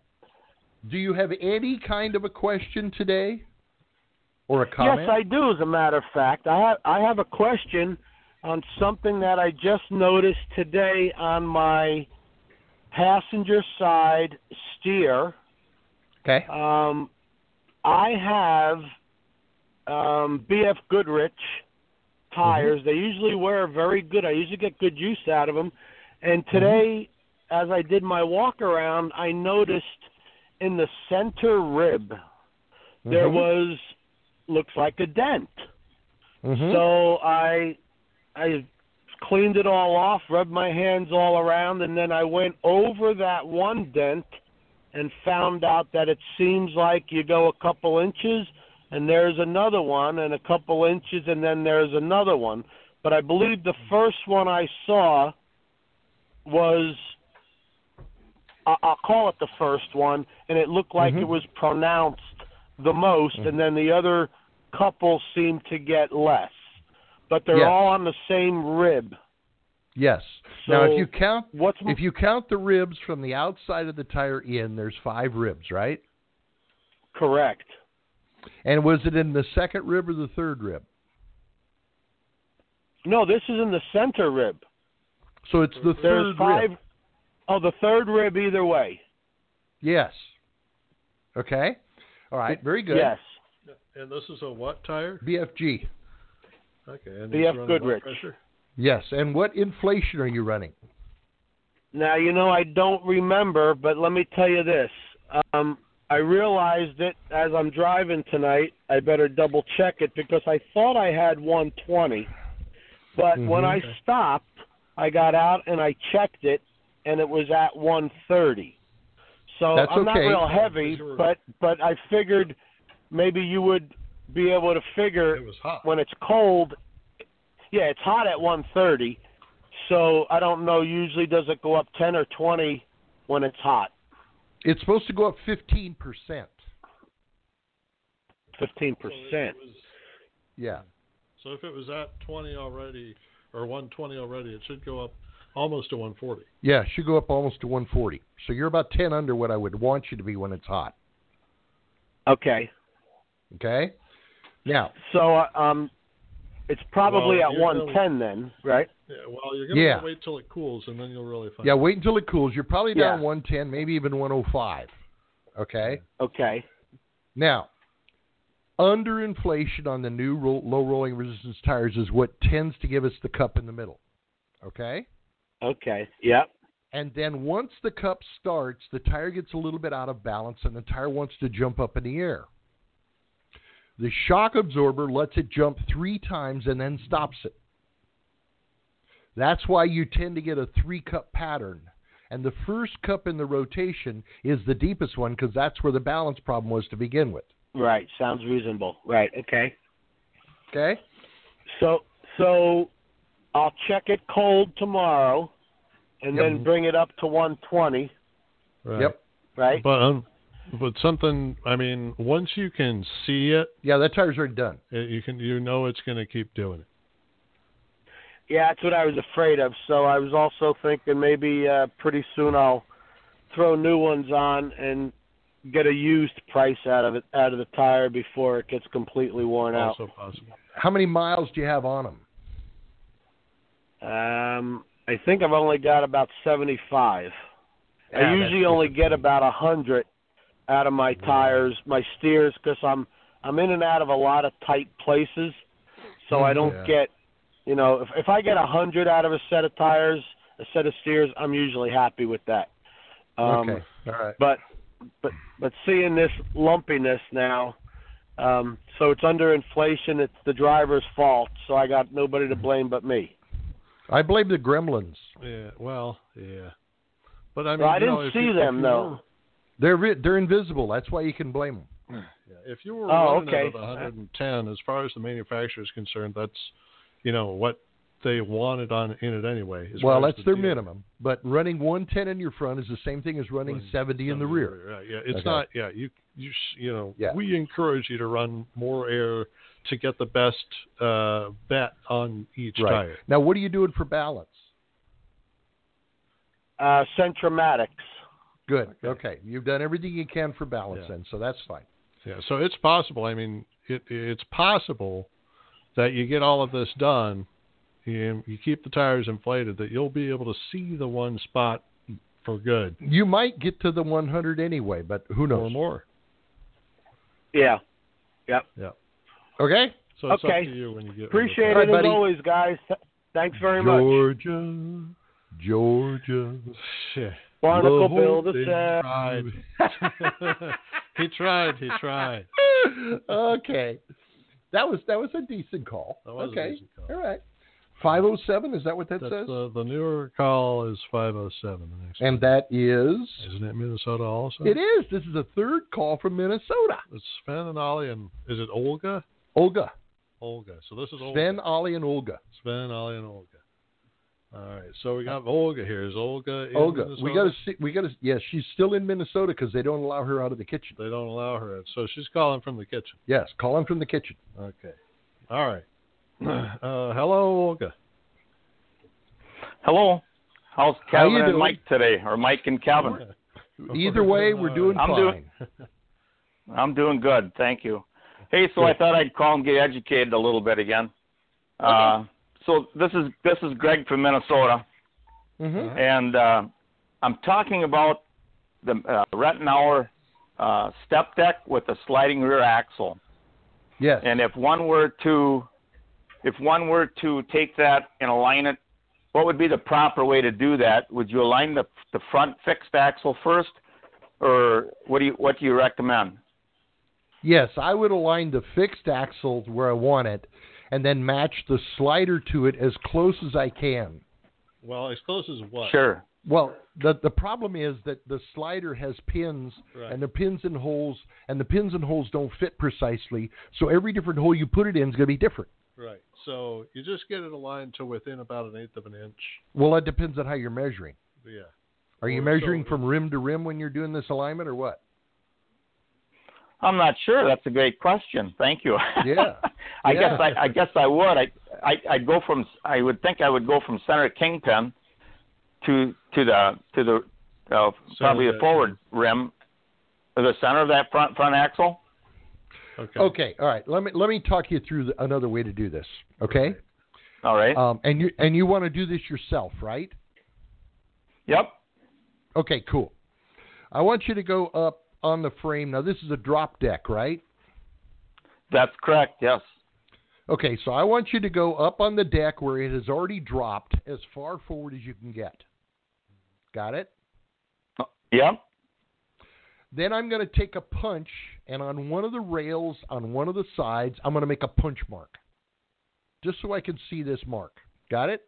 [SPEAKER 2] have Do you have any kind of a question today, or a comment?
[SPEAKER 6] Yes, I do. As a matter of fact, I have I have a question on something that I just noticed today on my passenger side steer.
[SPEAKER 2] Okay.
[SPEAKER 6] Um, I have um, BF Goodrich tires. They usually wear very good. I usually get good use out of them. And today, as I did my walk around, I noticed in the center rib there
[SPEAKER 2] Mhm.
[SPEAKER 6] was looks like a dent.
[SPEAKER 2] Mhm.
[SPEAKER 6] So I I cleaned it all off, rubbed my hands all around, and then I went over that one dent and found out that it seems like you go a couple inches and there's another one and a couple inches and then there's another one. But I believe the first one I saw was I- I'll call it the first one, and it looked like
[SPEAKER 2] Mhm.
[SPEAKER 6] it was pronounced the most,
[SPEAKER 2] Mm.
[SPEAKER 6] and then the other couple seemed to get less. But they're
[SPEAKER 2] Yes.
[SPEAKER 6] all on the same rib.
[SPEAKER 2] yes. now,
[SPEAKER 6] So- Mm-hmm.
[SPEAKER 2] if you count
[SPEAKER 6] What's
[SPEAKER 2] if you count the ribs from the outside of the tire in, there's five ribs, right?
[SPEAKER 6] correct?
[SPEAKER 2] And was it in the second rib or the third rib?
[SPEAKER 6] No, this is in the center rib.
[SPEAKER 2] So it's the
[SPEAKER 6] There's
[SPEAKER 2] third
[SPEAKER 6] five
[SPEAKER 2] rib.
[SPEAKER 6] oh the third rib either way.
[SPEAKER 2] Yes. Okay. All right. Very good.
[SPEAKER 6] Yes.
[SPEAKER 3] And this is a what tire?
[SPEAKER 2] BFG.
[SPEAKER 3] Okay. And
[SPEAKER 6] BF
[SPEAKER 3] it's running what
[SPEAKER 6] Goodrich.
[SPEAKER 3] pressure?
[SPEAKER 2] Yes. And what inflation are you running?
[SPEAKER 6] Now you know I don't remember, but let me tell you this. Um, I realized it as I'm driving tonight. I better double check it because I thought I had 120, but
[SPEAKER 2] Mm-hmm.
[SPEAKER 6] when I stopped, I got out and I checked it, and it was at 130. So
[SPEAKER 2] That's
[SPEAKER 6] I'm
[SPEAKER 2] okay.
[SPEAKER 6] not real heavy,
[SPEAKER 3] Sure.
[SPEAKER 6] but but I figured maybe you would be able to figure
[SPEAKER 3] It was hot.
[SPEAKER 6] when it's cold, yeah, it's hot at 130. So I don't know. Usually, does it go up 10 or 20 when it's hot?
[SPEAKER 2] It's supposed to go up 15%.
[SPEAKER 6] 15
[SPEAKER 3] So if
[SPEAKER 6] percent.
[SPEAKER 3] it was-
[SPEAKER 2] Yeah.
[SPEAKER 3] So if it was at 20 already or 120 already, it should go up almost to 140.
[SPEAKER 2] Yeah, it should go up almost to 140. So you're about 10 under what I would want you to be when it's hot.
[SPEAKER 6] Okay.
[SPEAKER 2] Okay? Now,
[SPEAKER 6] So uh, um, it's probably
[SPEAKER 3] Well,
[SPEAKER 6] at
[SPEAKER 3] you're
[SPEAKER 6] 110 then, right?
[SPEAKER 3] Yeah, well, you're going to
[SPEAKER 2] Yeah.
[SPEAKER 3] wait till it cools and then you'll really find
[SPEAKER 2] yeah,
[SPEAKER 3] out.
[SPEAKER 2] wait until it cools. You're probably down
[SPEAKER 6] Yeah.
[SPEAKER 2] 110, maybe even 105. Okay?
[SPEAKER 6] Okay.
[SPEAKER 2] Now, under inflation on the new ro- low rolling resistance tires is what tends to give us the cup in the middle. Okay?
[SPEAKER 6] Okay. Yep.
[SPEAKER 2] And then once the cup starts, the tire gets a little bit out of balance and the tire wants to jump up in the air. The shock absorber lets it jump three times and then stops it. That's why you tend to get a three cup pattern. And the first cup in the rotation is the deepest one because that's where the balance problem was to begin with.
[SPEAKER 6] Right. Sounds reasonable. Right. Okay.
[SPEAKER 2] Okay?
[SPEAKER 6] So so I'll check it cold tomorrow, and
[SPEAKER 2] Yep.
[SPEAKER 6] then bring it up to 120,
[SPEAKER 3] Right.
[SPEAKER 2] Yep.
[SPEAKER 6] right?
[SPEAKER 3] But um, but something. I mean, once you can see it,
[SPEAKER 2] Yeah, that tire's already done.
[SPEAKER 3] it you can you know it's going to keep doing it.
[SPEAKER 6] Yeah, that's what I was afraid of. So I was also thinking maybe uh, pretty soon I'll throw new ones on and get a used price out of it out of the tire before it gets completely worn out.
[SPEAKER 3] Also possible.
[SPEAKER 2] How many miles do you have on them?
[SPEAKER 6] Um, I think I've only got about seventy-five.
[SPEAKER 2] Ah,
[SPEAKER 6] I usually only get about a hundred out of my tires, my steers, because I'm I'm in and out of a lot of tight places, so I don't
[SPEAKER 2] Yeah.
[SPEAKER 6] get, you know, if if I get a hundred out of a set of tires, a set of steers, I'm usually happy with that. Um,
[SPEAKER 2] okay. All right.
[SPEAKER 6] But but but seeing this lumpiness now, um, so it's under inflation. It's the driver's fault, so I got nobody
[SPEAKER 2] Mm-hmm.
[SPEAKER 6] to blame but me.
[SPEAKER 2] I blame the gremlins.
[SPEAKER 3] Yeah. Well. Yeah. But I mean,
[SPEAKER 6] Well, I
[SPEAKER 3] you know,
[SPEAKER 6] didn't
[SPEAKER 3] if
[SPEAKER 6] see
[SPEAKER 3] you- if
[SPEAKER 6] them,
[SPEAKER 3] you
[SPEAKER 6] though.
[SPEAKER 3] were-
[SPEAKER 2] They're vi- they're invisible. That's why you can blame them.
[SPEAKER 3] yeah, if you were
[SPEAKER 6] Oh,
[SPEAKER 3] running
[SPEAKER 6] okay.
[SPEAKER 3] at 110, as far as the manufacturer is concerned, that's you know what they wanted on in it anyway. as
[SPEAKER 2] Well,
[SPEAKER 3] far as
[SPEAKER 2] that's
[SPEAKER 3] the
[SPEAKER 2] their
[SPEAKER 3] deal.
[SPEAKER 2] minimum. But running 110 in your front is the same thing as running
[SPEAKER 3] Running
[SPEAKER 2] 70 in the
[SPEAKER 3] Something
[SPEAKER 2] rear.
[SPEAKER 3] right, Yeah, it's
[SPEAKER 2] Okay.
[SPEAKER 3] not. Yeah, you you sh- you know,
[SPEAKER 2] Yeah.
[SPEAKER 3] we encourage you to run more air to get the best uh, bet on each
[SPEAKER 2] Right.
[SPEAKER 3] tire.
[SPEAKER 2] Now, what are you doing for balance?
[SPEAKER 6] Uh, Centromatics.
[SPEAKER 2] Good. Okay.
[SPEAKER 3] Okay.
[SPEAKER 2] You've done everything you can for balance
[SPEAKER 3] Yeah.
[SPEAKER 2] then, so that's fine.
[SPEAKER 3] Yeah, so it's possible. I mean, it it's possible that you get all of this done, you, you keep the tires inflated, that you'll be able to see the one spot for good
[SPEAKER 2] You might get to the 100 anyway, but who
[SPEAKER 3] or
[SPEAKER 2] knows?
[SPEAKER 3] more.
[SPEAKER 6] Yeah.
[SPEAKER 2] Okay?
[SPEAKER 3] So it's
[SPEAKER 6] Okay.
[SPEAKER 3] up to you when you get
[SPEAKER 6] Appreciate
[SPEAKER 2] All right,
[SPEAKER 6] it as
[SPEAKER 2] buddy.
[SPEAKER 6] always, guys. Th- Thanks very much.
[SPEAKER 2] Georgia. Georgia.
[SPEAKER 3] Yeah.
[SPEAKER 6] Barnacle
[SPEAKER 2] the whole
[SPEAKER 6] Bill the
[SPEAKER 3] He
[SPEAKER 7] uh,
[SPEAKER 6] Sad.
[SPEAKER 3] tried. he tried. He tried.
[SPEAKER 2] okay. That was that was a decent call.
[SPEAKER 3] That was a
[SPEAKER 2] okay.
[SPEAKER 3] decent call.
[SPEAKER 2] All right. 507 is that what that
[SPEAKER 3] That's uh,
[SPEAKER 2] says?
[SPEAKER 3] the, the newer call is 507. The next
[SPEAKER 2] and that is
[SPEAKER 3] one. Isn't it Minnesota also?
[SPEAKER 2] It is. This is the third call from Minnesota.
[SPEAKER 3] It's Sven and Ollie and is it Olga?
[SPEAKER 2] Olga.
[SPEAKER 3] Olga. So this is Olga.
[SPEAKER 2] Sven, Ollie, and Olga.
[SPEAKER 3] Sven, Ollie, and Olga. All right, so we got Olga here. Is Olga? In
[SPEAKER 2] Olga.
[SPEAKER 3] Minnesota?
[SPEAKER 2] Oh, We got to see. We got to. Yeah, she's still in Minnesota because they don't allow her out of the kitchen.
[SPEAKER 3] They don't allow her in, so she's calling from the kitchen.
[SPEAKER 2] Yes, calling from the kitchen.
[SPEAKER 3] Okay. All right. Uh, hello, Olga.
[SPEAKER 8] Hello. How's
[SPEAKER 2] How
[SPEAKER 8] Calvin
[SPEAKER 2] you doing?
[SPEAKER 8] and Mike today, or Mike and Calvin?
[SPEAKER 3] Oh,
[SPEAKER 2] Either way, we're
[SPEAKER 3] uh,
[SPEAKER 2] doing
[SPEAKER 8] I'm
[SPEAKER 2] fine.
[SPEAKER 8] doing- I'm doing good, thank you. Hey, so I thought I'd call and get educated a little bit again. Uh, so this is this is Greg from Minnesota,
[SPEAKER 3] Mm-hmm.
[SPEAKER 2] Mhm.
[SPEAKER 8] and uh, I'm talking about the uh, Rettenauer uh, step deck with a sliding rear axle.
[SPEAKER 2] Yes.
[SPEAKER 8] And if one were to if one were to take that and align it what would be the proper way to do that? Would you align the the front fixed axle first, or what do you what do you recommend?
[SPEAKER 2] Yes, I would align the fixed axle where I want it and then match the slider to it as close as I can.
[SPEAKER 3] Well, as close as what?
[SPEAKER 8] Sure.
[SPEAKER 2] Well, the the problem is that the slider has pins
[SPEAKER 3] Right.
[SPEAKER 2] and the pins and holes and the pins and holes don't fit precisely, so every different hole you put it in is going to be different.
[SPEAKER 3] Right. So you just get it aligned to within about an eighth of an inch.
[SPEAKER 2] Well, it depends on how you're measuring.
[SPEAKER 3] Yeah.
[SPEAKER 2] Are you
[SPEAKER 3] Or so-
[SPEAKER 2] measuring from rim to rim when you're doing this alignment or what?
[SPEAKER 8] I'm not sure. That's a great question. Thank you.
[SPEAKER 2] Yeah.
[SPEAKER 8] I
[SPEAKER 2] Yeah.
[SPEAKER 8] guess I, I guess I would. I, I I'd go from I would think I would go from center kingpin to to the to the uh, probably the
[SPEAKER 3] that-
[SPEAKER 8] forward rim, or the center of that front front axle.
[SPEAKER 3] Okay.
[SPEAKER 2] Okay, all right. Let me let me talk you through the, another way to do this, okay?
[SPEAKER 8] All right.
[SPEAKER 2] Um, and you and you want to do this yourself, right?
[SPEAKER 8] yep.
[SPEAKER 2] Okay, cool. I want you to go up on the frame. Now this is a drop deck, right?
[SPEAKER 8] That's correct. Yes.
[SPEAKER 2] Okay, so I want you to go up on the deck where it has already dropped as far forward as you can get. Got it?
[SPEAKER 8] Yep.
[SPEAKER 2] Then I'm going to take a punch, and on one of the rails, on one of the sides, I'm going to make a punch mark. Just so I can see this mark. Got it?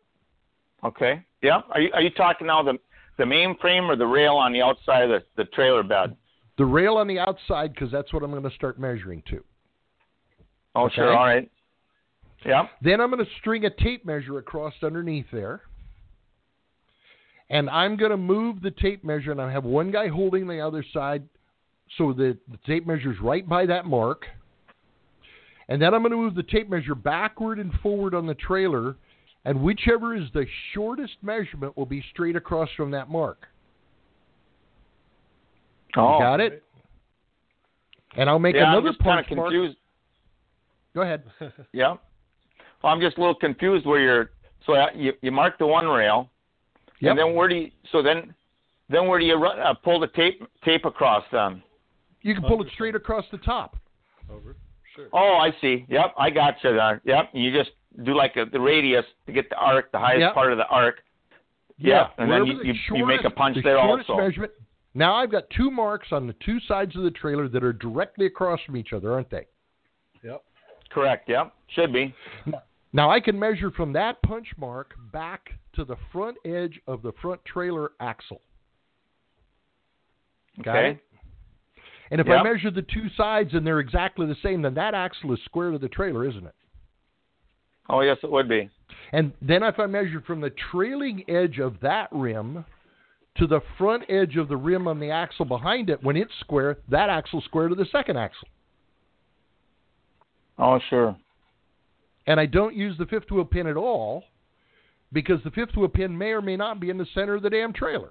[SPEAKER 8] Okay. Yep. Are you are you talking now the the mainframe or the rail on the outside of the, the trailer bed?
[SPEAKER 2] The rail on the outside, because that's what I'm going to start measuring to.
[SPEAKER 8] Oh,
[SPEAKER 2] Okay.
[SPEAKER 8] sure. All right. Yep.
[SPEAKER 2] Then I'm going to string a tape measure across underneath there. And I'm going to move the tape measure, and I have one guy holding the other side so that the tape measure is right by that mark. And then I'm going to move the tape measure backward and forward on the trailer, and whichever is the shortest measurement will be straight across from that mark.
[SPEAKER 8] Oh.
[SPEAKER 2] Got it? And I'll make
[SPEAKER 8] yeah,
[SPEAKER 2] another
[SPEAKER 8] I'm just kind
[SPEAKER 2] punch
[SPEAKER 8] of
[SPEAKER 2] mark.
[SPEAKER 8] confused.
[SPEAKER 2] Go ahead.
[SPEAKER 8] Yeah. Well, I'm just a little confused where you're. So uh, you you mark the one rail,
[SPEAKER 2] Yep.
[SPEAKER 8] and then where do you? So then, then where do you run, uh, pull the tape tape across then?
[SPEAKER 2] You can pull it straight across the top.
[SPEAKER 3] Over. Sure.
[SPEAKER 8] Oh, I see. Yep, I got you there. Yep, you just do like a, the radius to get the arc, the highest
[SPEAKER 2] Yep.
[SPEAKER 8] part of the arc. Yeah, and then
[SPEAKER 2] wherever
[SPEAKER 8] you-
[SPEAKER 2] the
[SPEAKER 8] you- you make a punch
[SPEAKER 2] the
[SPEAKER 8] there
[SPEAKER 2] shortest
[SPEAKER 8] also.
[SPEAKER 2] Measurement. Now I've got two marks on the two sides of the trailer that are directly across from each other, aren't they?
[SPEAKER 8] Correct. Yep, should be.
[SPEAKER 2] Now I can measure from that punch mark back to the front edge of the front trailer axle. Got
[SPEAKER 8] okay.
[SPEAKER 2] it? And if I
[SPEAKER 8] Yep.
[SPEAKER 2] measure the two sides and they're exactly the same, then that axle is square to the trailer, isn't it?
[SPEAKER 8] Oh yes, it would be.
[SPEAKER 2] And then if I measure from the trailing edge of that rim to the front edge of the rim on the axle behind it, when it's square, that axle square to the second axle.
[SPEAKER 8] Oh sure.
[SPEAKER 2] and I don't use the fifth wheel pin at all because the fifth wheel pin may or may not be in the center of the damn trailer.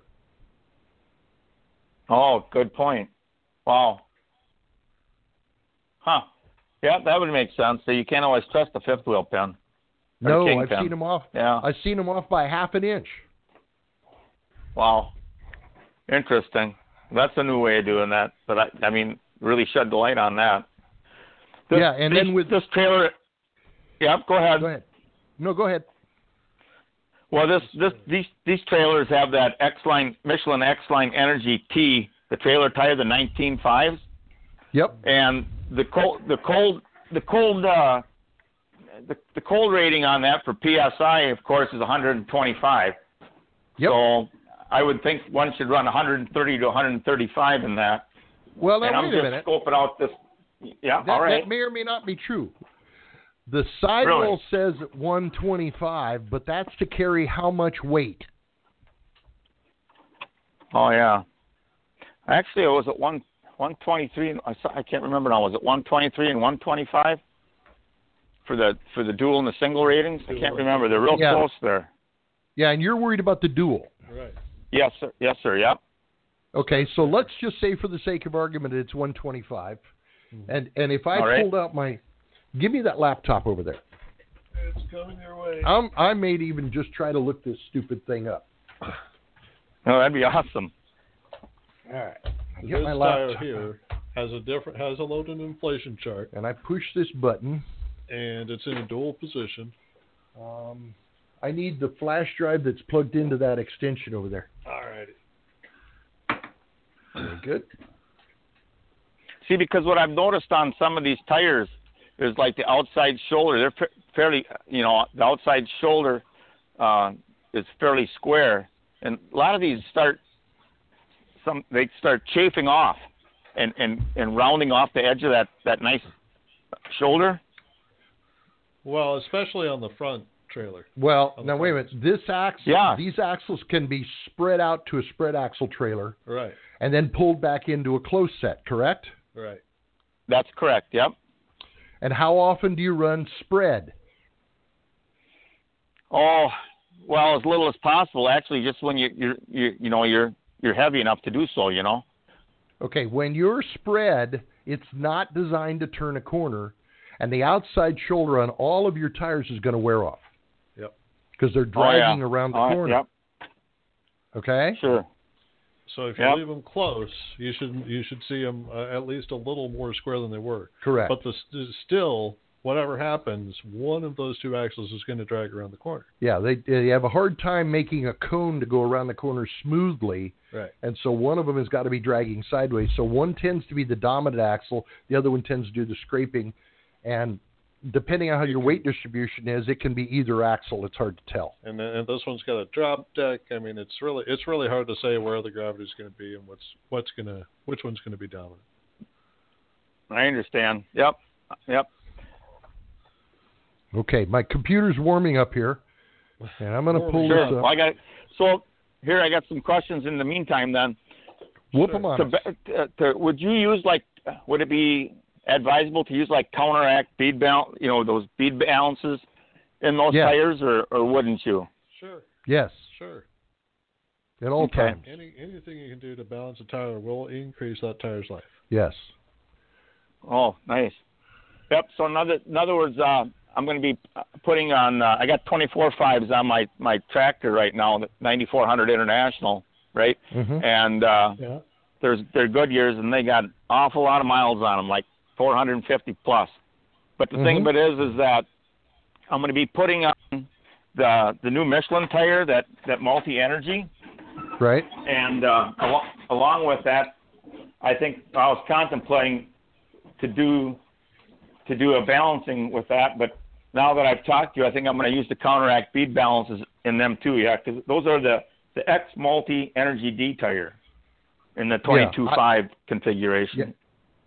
[SPEAKER 8] Oh, good point. Wow. Huh. Yeah, that would make sense. So you can't always trust the fifth wheel pin. Or
[SPEAKER 2] No,
[SPEAKER 8] king
[SPEAKER 2] I've
[SPEAKER 8] pin.
[SPEAKER 2] seen them off.
[SPEAKER 8] Yeah.
[SPEAKER 2] I've seen them off by half an inch.
[SPEAKER 8] Wow. Interesting. That's a new way of doing that. But I, I mean, really shed the light on that.
[SPEAKER 2] Yeah, and
[SPEAKER 8] this-
[SPEAKER 2] then with-
[SPEAKER 8] this trailer. Yeah, go ahead.
[SPEAKER 2] Go ahead. No, go ahead.
[SPEAKER 8] Well, this this these these trailers have that X line Michelin X line Energy T, the trailer tire, the 19.5s.
[SPEAKER 2] Yep.
[SPEAKER 8] and the cold the cold the cold uh the, the cold rating on that for psi of course is 125
[SPEAKER 2] Yep.
[SPEAKER 8] so i would think one should run 130 to 135 in that
[SPEAKER 2] well, now
[SPEAKER 8] and i'm
[SPEAKER 2] wait a
[SPEAKER 8] just
[SPEAKER 2] minute.
[SPEAKER 8] scoping out this yeah
[SPEAKER 2] That,
[SPEAKER 8] all right
[SPEAKER 2] that may or may not be true. The sidewall says 125, but that's to carry how much weight?
[SPEAKER 8] oh yeah actually it was at one 123 and I, saw, I can't remember now was it 123 and 125 for the for the dual and the single ratings i can't remember they're real
[SPEAKER 2] Yeah.
[SPEAKER 8] close there
[SPEAKER 2] Yeah, and you're worried about the dual.
[SPEAKER 3] Right.
[SPEAKER 8] yes sir yes sir yep
[SPEAKER 2] Okay, so let's just say for the sake of argument it's 125. And and if I
[SPEAKER 8] Hmm. All right.
[SPEAKER 2] pulled out my give me that laptop over there.
[SPEAKER 3] It's coming your way.
[SPEAKER 2] I'm, I may even just try to look this stupid thing up.
[SPEAKER 8] oh that'd be awesome
[SPEAKER 2] All right. I
[SPEAKER 3] This
[SPEAKER 2] get my
[SPEAKER 3] tire
[SPEAKER 2] laptop
[SPEAKER 3] here has a different has a load and inflation chart,
[SPEAKER 2] and I push this button.
[SPEAKER 3] and it's in a dual position.
[SPEAKER 2] Um, I I need the flash drive that's plugged into that extension over there.
[SPEAKER 3] All righty.
[SPEAKER 2] Very good.
[SPEAKER 8] See, because what I've noticed on some of these tires is like the outside shoulder. They're fa- fairly, you know, the outside shoulder uh, is fairly square, and a lot of these start some they start chafing off and and and rounding off the edge of that that nice shoulder.
[SPEAKER 3] Well, especially on the front trailer.
[SPEAKER 2] Well,
[SPEAKER 3] Okay.
[SPEAKER 2] now wait a minute. This axle,
[SPEAKER 8] Yeah.
[SPEAKER 2] these axles can be spread out to a spread axle trailer
[SPEAKER 3] Right.
[SPEAKER 2] and then pulled back into a closed set, correct?
[SPEAKER 3] Right.
[SPEAKER 8] That's correct. Yep.
[SPEAKER 2] And how often do you run spread?
[SPEAKER 8] Oh, well, as little as possible. Actually, just when you you're you you know you're you're heavy enough to do so. You know.
[SPEAKER 2] Okay, when you're spread, it's not designed to turn a corner, and the outside shoulder on all of your tires is going to wear off.
[SPEAKER 3] Yep.
[SPEAKER 2] Because they're
[SPEAKER 8] Oh, yeah.
[SPEAKER 2] driving around the
[SPEAKER 8] Oh,
[SPEAKER 2] corner.
[SPEAKER 8] Yep.
[SPEAKER 2] Okay.
[SPEAKER 8] Sure.
[SPEAKER 3] So if you
[SPEAKER 8] Yep.
[SPEAKER 3] leave them close, you should you should see them uh, at least a little more square than they were.
[SPEAKER 2] Correct.
[SPEAKER 3] But the st- still, whatever happens, one of those two axles is going to drag around the corner.
[SPEAKER 2] Yeah, they they have a hard time making a cone to go around the corner smoothly,
[SPEAKER 3] Right.
[SPEAKER 2] and so one of them has got to be dragging sideways. So one tends to be the dominant axle, the other one tends to do the scraping, and depending on how your weight distribution is, it can be either axle. It's hard to tell.
[SPEAKER 3] And then, and this one's got a drop deck. I mean, it's really it's really hard to say where the gravity's going to be and what's what's going to which one's going to be dominant.
[SPEAKER 8] I understand. Yep. Yep.
[SPEAKER 2] Okay, my computer's warming up here, and I'm going to pull
[SPEAKER 8] Sure.
[SPEAKER 2] this
[SPEAKER 8] Well,
[SPEAKER 2] up.
[SPEAKER 8] I got so here I got some questions in the meantime then.
[SPEAKER 2] Whoop 'em on
[SPEAKER 8] to,
[SPEAKER 2] us.
[SPEAKER 8] be- to, to, would you use like would it be advisable to use like counteract bead balance you know those bead balances in those
[SPEAKER 2] Yeah.
[SPEAKER 8] tires or, or wouldn't you
[SPEAKER 3] Sure.
[SPEAKER 2] Yes,
[SPEAKER 3] Sure.
[SPEAKER 2] at all
[SPEAKER 8] Okay.
[SPEAKER 2] times.
[SPEAKER 3] Any anything you can do to balance a tire will increase that tire's life.
[SPEAKER 2] Yes.
[SPEAKER 8] oh nice yep so in other, in other words uh, i'm going to be uh, putting on uh, i got 24 fives on my my tractor right now the 9400 international right
[SPEAKER 2] hmm
[SPEAKER 8] and uh,
[SPEAKER 3] Yeah.
[SPEAKER 8] there's they're good years and they got an awful lot of miles on them, like 450 plus. But the thing
[SPEAKER 2] Mhm.
[SPEAKER 8] of it is, is that I'm going to be putting on the the new Michelin tire, that that multi energy,
[SPEAKER 2] Right.
[SPEAKER 8] and uh, al- along with that, I think I was contemplating to do to do a balancing with that, but now that I've talked to you, I think I'm going to use the counteract bead balances in them too, yeah, because those are the the X multi energy D tire in the 22.5 configuration.
[SPEAKER 2] Yeah.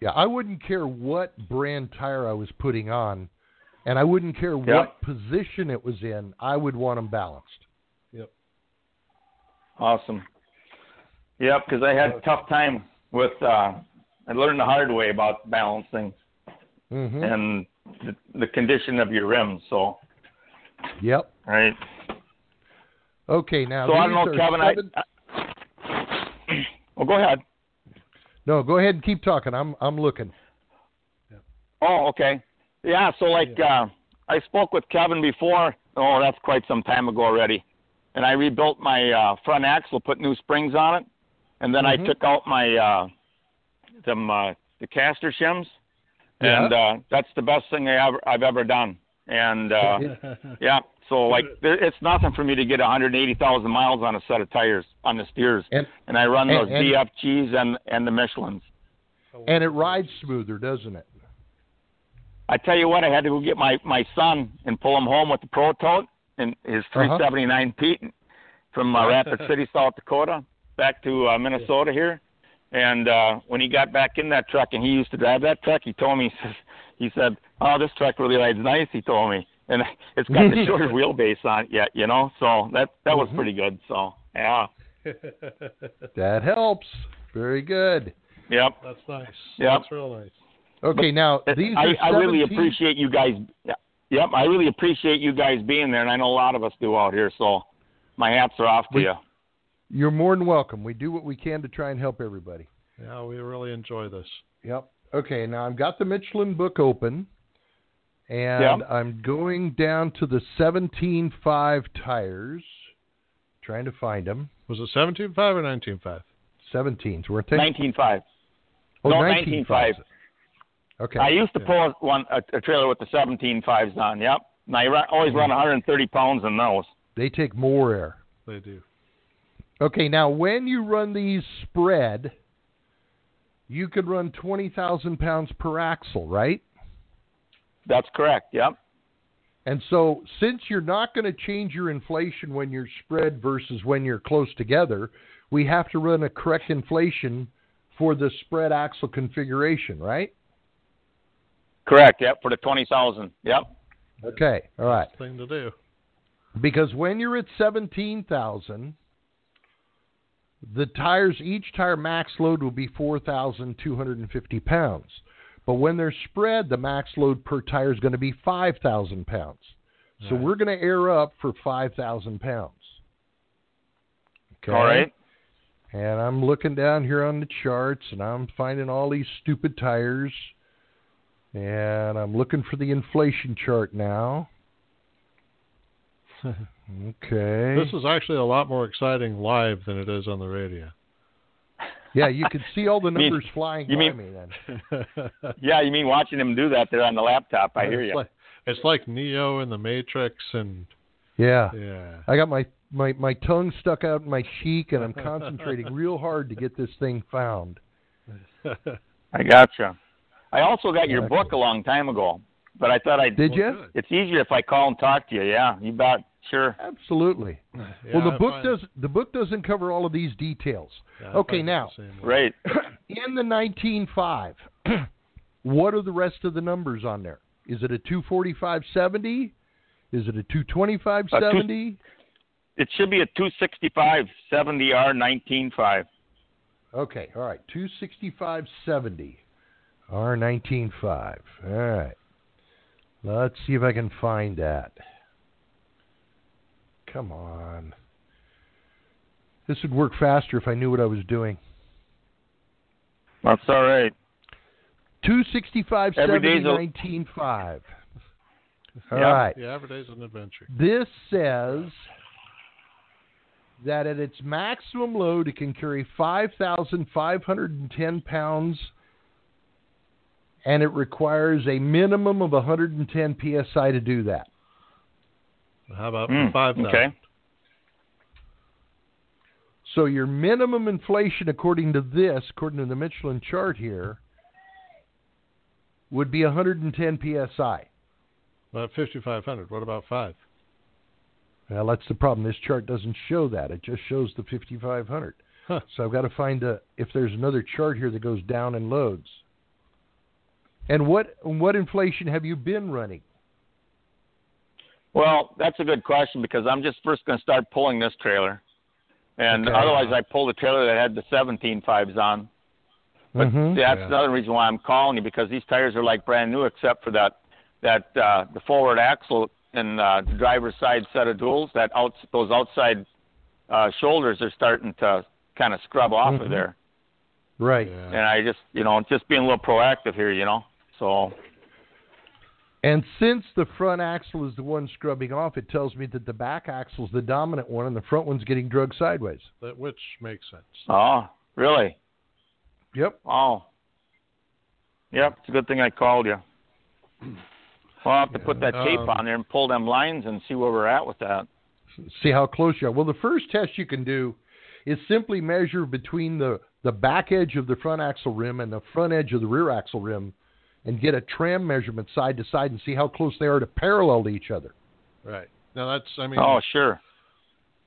[SPEAKER 2] Yeah, I wouldn't care what brand tire I was putting on, and I wouldn't care what position it was in. I would want them balanced.
[SPEAKER 8] Awesome. Yep, because I had a tough time with. Uh, I learned the hard way about balancing
[SPEAKER 2] Mm-hmm.
[SPEAKER 8] and the, the condition of your rims. So,
[SPEAKER 2] Yep.
[SPEAKER 8] right.
[SPEAKER 2] Okay, now.
[SPEAKER 8] So I
[SPEAKER 2] these
[SPEAKER 8] don't know,
[SPEAKER 2] are
[SPEAKER 8] Kevin. I,
[SPEAKER 2] seven-
[SPEAKER 8] I well, go ahead.
[SPEAKER 2] No, go ahead and keep talking. I'm I'm looking.
[SPEAKER 8] Oh, okay. Yeah. So like, uh, I spoke with Kevin before. Oh, that's quite some time ago already. And I rebuilt my uh, front axle, put new springs on it, and then
[SPEAKER 2] Mhm.
[SPEAKER 8] I took out my uh, them uh, the caster shims,
[SPEAKER 2] Yeah.
[SPEAKER 8] and uh, that's the best thing I ever I've ever done. And uh, yeah, so like there, it's nothing for me to get 180,000 miles on a set of tires on the steers,
[SPEAKER 2] And-
[SPEAKER 8] and I run
[SPEAKER 2] and-
[SPEAKER 8] those
[SPEAKER 2] and-
[SPEAKER 8] DFGs and and the Michelin's.
[SPEAKER 2] And it rides smoother, doesn't it?
[SPEAKER 8] I tell you what, I had to go get my my son and pull him home with the pro tote and his
[SPEAKER 2] Uh-huh.
[SPEAKER 8] 379 Pete from uh, Rapid City, South Dakota, back to uh, Minnesota here. And uh, when he got back in that truck, and he used to drive that truck, he told me, he says- he said, "Oh, this truck really rides nice." He told me, and it's got the shorter wheelbase on it yet, you know. So that that was
[SPEAKER 2] Mhm.
[SPEAKER 8] pretty good. So yeah,
[SPEAKER 2] That helps. Very good.
[SPEAKER 8] yep.
[SPEAKER 3] That's nice.
[SPEAKER 8] Yeah.
[SPEAKER 3] That's real nice.
[SPEAKER 2] Okay, now these
[SPEAKER 8] I,
[SPEAKER 2] are
[SPEAKER 8] I really
[SPEAKER 2] 17
[SPEAKER 8] appreciate you guys. yeah, Yep, I really appreciate you guys being there, and I know a lot of us do out here. So, my hats are off to
[SPEAKER 2] We-
[SPEAKER 8] you.
[SPEAKER 2] You're more than welcome. We do what we can to try and help everybody.
[SPEAKER 3] Yeah, we really enjoy this.
[SPEAKER 2] Yep. Okay, now I've got the Michelin book open, and
[SPEAKER 8] Yep.
[SPEAKER 2] I'm going down to the 17.5 tires, trying to find them.
[SPEAKER 3] Was it 17.5 or 19.5?
[SPEAKER 2] 17s, weren't they?
[SPEAKER 8] Nineteen five.
[SPEAKER 2] oh,
[SPEAKER 8] no,
[SPEAKER 2] 19.5s.
[SPEAKER 8] 19.5.
[SPEAKER 2] Okay.
[SPEAKER 8] I used to pull
[SPEAKER 2] Mm-hmm.
[SPEAKER 8] one a, a trailer with the seventeen fives on. Yep, and I run, always run 130 pounds in those.
[SPEAKER 2] They take more air.
[SPEAKER 3] They do.
[SPEAKER 2] Okay, now when you run these spread, you could run 20,000 pounds per axle, right?
[SPEAKER 8] That's correct. Yep.
[SPEAKER 2] And so, since you're not going to change your inflation when you're spread versus when you're close together, we have to run a correct inflation for the spread axle configuration, right?
[SPEAKER 8] Correct. Yep. For the twenty thousand. Yep.
[SPEAKER 2] Okay. All right.
[SPEAKER 3] Thing to do.
[SPEAKER 2] Because when you're at 17,000, the tires, each tire max load will be 4,250 pounds. But when they're spread, the max load per tire is going to be 5,000 pounds. So
[SPEAKER 3] Right.
[SPEAKER 2] we're going to air up for 5,000 pounds. Okay.
[SPEAKER 8] All right.
[SPEAKER 2] And I'm looking down here on the charts and I'm finding all these stupid tires. And I'm looking for the inflation chart now. Okay.
[SPEAKER 3] This is actually a lot more exciting live than it is on the radio.
[SPEAKER 2] yeah, you can see all the
[SPEAKER 8] Mean-
[SPEAKER 2] numbers flying
[SPEAKER 8] you
[SPEAKER 2] by
[SPEAKER 8] mean-
[SPEAKER 2] me then.
[SPEAKER 8] Yeah. You mean watching them do that there on the laptop? I hear
[SPEAKER 3] it's
[SPEAKER 8] you.
[SPEAKER 3] Like, it's like Neo in the Matrix, and
[SPEAKER 2] Yeah.
[SPEAKER 3] yeah,
[SPEAKER 2] I got my, my, my tongue stuck out in my cheek and I'm concentrating real hard to get this thing found.
[SPEAKER 8] I gotcha. I also got your
[SPEAKER 2] Exactly.
[SPEAKER 8] book a long time ago, but I thought I'd.
[SPEAKER 2] Did
[SPEAKER 3] Well,
[SPEAKER 2] you?
[SPEAKER 3] good.
[SPEAKER 8] It's easier if I call and talk to you. Yeah. You bet. Sure.
[SPEAKER 2] Absolutely.
[SPEAKER 3] Yeah,
[SPEAKER 2] well, the
[SPEAKER 3] I
[SPEAKER 2] book
[SPEAKER 3] find-
[SPEAKER 2] does the book doesn't cover all of these details.
[SPEAKER 3] yeah, I
[SPEAKER 2] okay,
[SPEAKER 3] find it
[SPEAKER 2] now.
[SPEAKER 3] the same way.
[SPEAKER 8] Right.
[SPEAKER 2] In the 195, what are the rest of the numbers on there? Is it a 24570? Is it a 22570?
[SPEAKER 8] It should be a 265 70R 195.
[SPEAKER 2] Okay, all right. 26570 R195. All right. Let's see if I can find that. Come on. This would work faster if I knew what I was doing.
[SPEAKER 8] That's all right.
[SPEAKER 2] 265
[SPEAKER 8] Every day's a-
[SPEAKER 2] 19.5. All
[SPEAKER 8] Yeah.
[SPEAKER 2] right.
[SPEAKER 3] Yeah, every day's an adventure.
[SPEAKER 2] This says that at its maximum load, it can carry 5,510 pounds and it requires a minimum of 110 psi to do that.
[SPEAKER 3] How about
[SPEAKER 8] Mm,
[SPEAKER 3] five now?
[SPEAKER 8] okay.
[SPEAKER 2] So your minimum inflation, according to this, according to the Michelin chart here, would be 110 psi.
[SPEAKER 3] About 5,500. What about five?
[SPEAKER 2] Well, that's the problem. This chart doesn't show that. It just shows the 5,500.
[SPEAKER 3] Huh.
[SPEAKER 2] So I've got to find a, if there's another chart here that goes down and loads. And what what inflation have you been running?
[SPEAKER 8] Well, that's a good question because I'm just first going to start pulling this trailer, and
[SPEAKER 2] Okay.
[SPEAKER 8] otherwise I pull the trailer that had the 17 fives on. But
[SPEAKER 2] Mhm.
[SPEAKER 8] that's
[SPEAKER 3] Yeah.
[SPEAKER 8] another reason why I'm calling you because these tires are like brand new except for that that uh, the forward axle and uh, the driver's side set of duals. That out those outside uh, shoulders are starting to kind of scrub off
[SPEAKER 2] Mhm.
[SPEAKER 8] of there,
[SPEAKER 2] Right.
[SPEAKER 3] Yeah.
[SPEAKER 8] and I just you know just being a little proactive here, you know. So
[SPEAKER 2] And since the front axle is the one scrubbing off, it tells me that the back axle is the dominant one and the front one's getting drugged sideways.
[SPEAKER 3] That which makes sense.
[SPEAKER 8] oh really
[SPEAKER 2] Yep.
[SPEAKER 8] Oh. Yep, it's a good thing I called you. Well, I'll have to put that tape
[SPEAKER 3] Um,
[SPEAKER 8] on there and pull them lines and see where we're at with that.
[SPEAKER 2] See how close you are. Well, the first test you can do is simply measure between the, the back edge of the front axle rim and the front edge of the rear axle rim and get a tram measurement side to side and see how close they are to parallel to each other.
[SPEAKER 3] Right. Now, that's, I mean,
[SPEAKER 8] Oh, sure.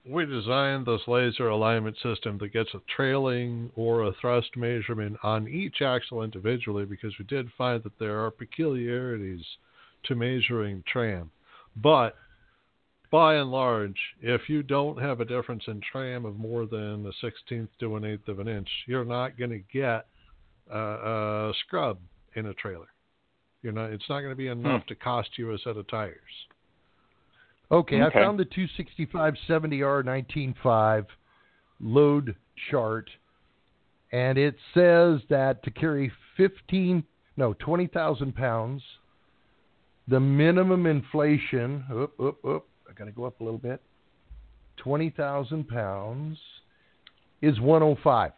[SPEAKER 3] we designed this laser alignment system that gets a trailing or a thrust measurement on each axle individually because we did find that there are peculiarities to measuring tram. But by and large, if you don't have a difference in tram of more than a sixteenth to an eighth of an inch, you're not going to get a, a scrub in a trailer. You're not. It's not going to be
[SPEAKER 2] Hmm.
[SPEAKER 3] enough to cost you a set of tires.
[SPEAKER 2] Okay,
[SPEAKER 8] Okay.
[SPEAKER 2] I found the 265-70R195 load chart, and it says that to carry 15, no, 20,000 pounds, the minimum inflation, oop, oop, oop, I got to go up a little bit, 20,000 pounds is 105.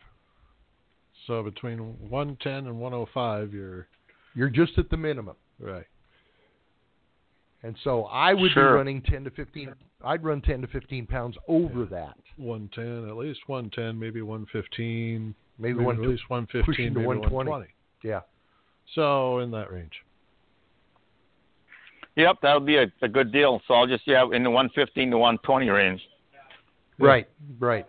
[SPEAKER 3] So between 110 and 105, you're
[SPEAKER 2] You're just at the minimum.
[SPEAKER 3] right.
[SPEAKER 2] And so I would
[SPEAKER 8] Sure.
[SPEAKER 2] be running 10 to 15. I'd run 10 to 15 pounds over that.
[SPEAKER 3] 110, at least 110, maybe 115,
[SPEAKER 2] Maybe
[SPEAKER 3] maybe
[SPEAKER 2] one.
[SPEAKER 3] at least 115,
[SPEAKER 2] pushing to
[SPEAKER 3] maybe
[SPEAKER 2] 120.
[SPEAKER 3] 120.
[SPEAKER 2] Yeah.
[SPEAKER 3] So in that range.
[SPEAKER 8] Yep, that would be a, a good deal. So I'll just yeah in the 115 to 120 range.
[SPEAKER 2] Right. Right.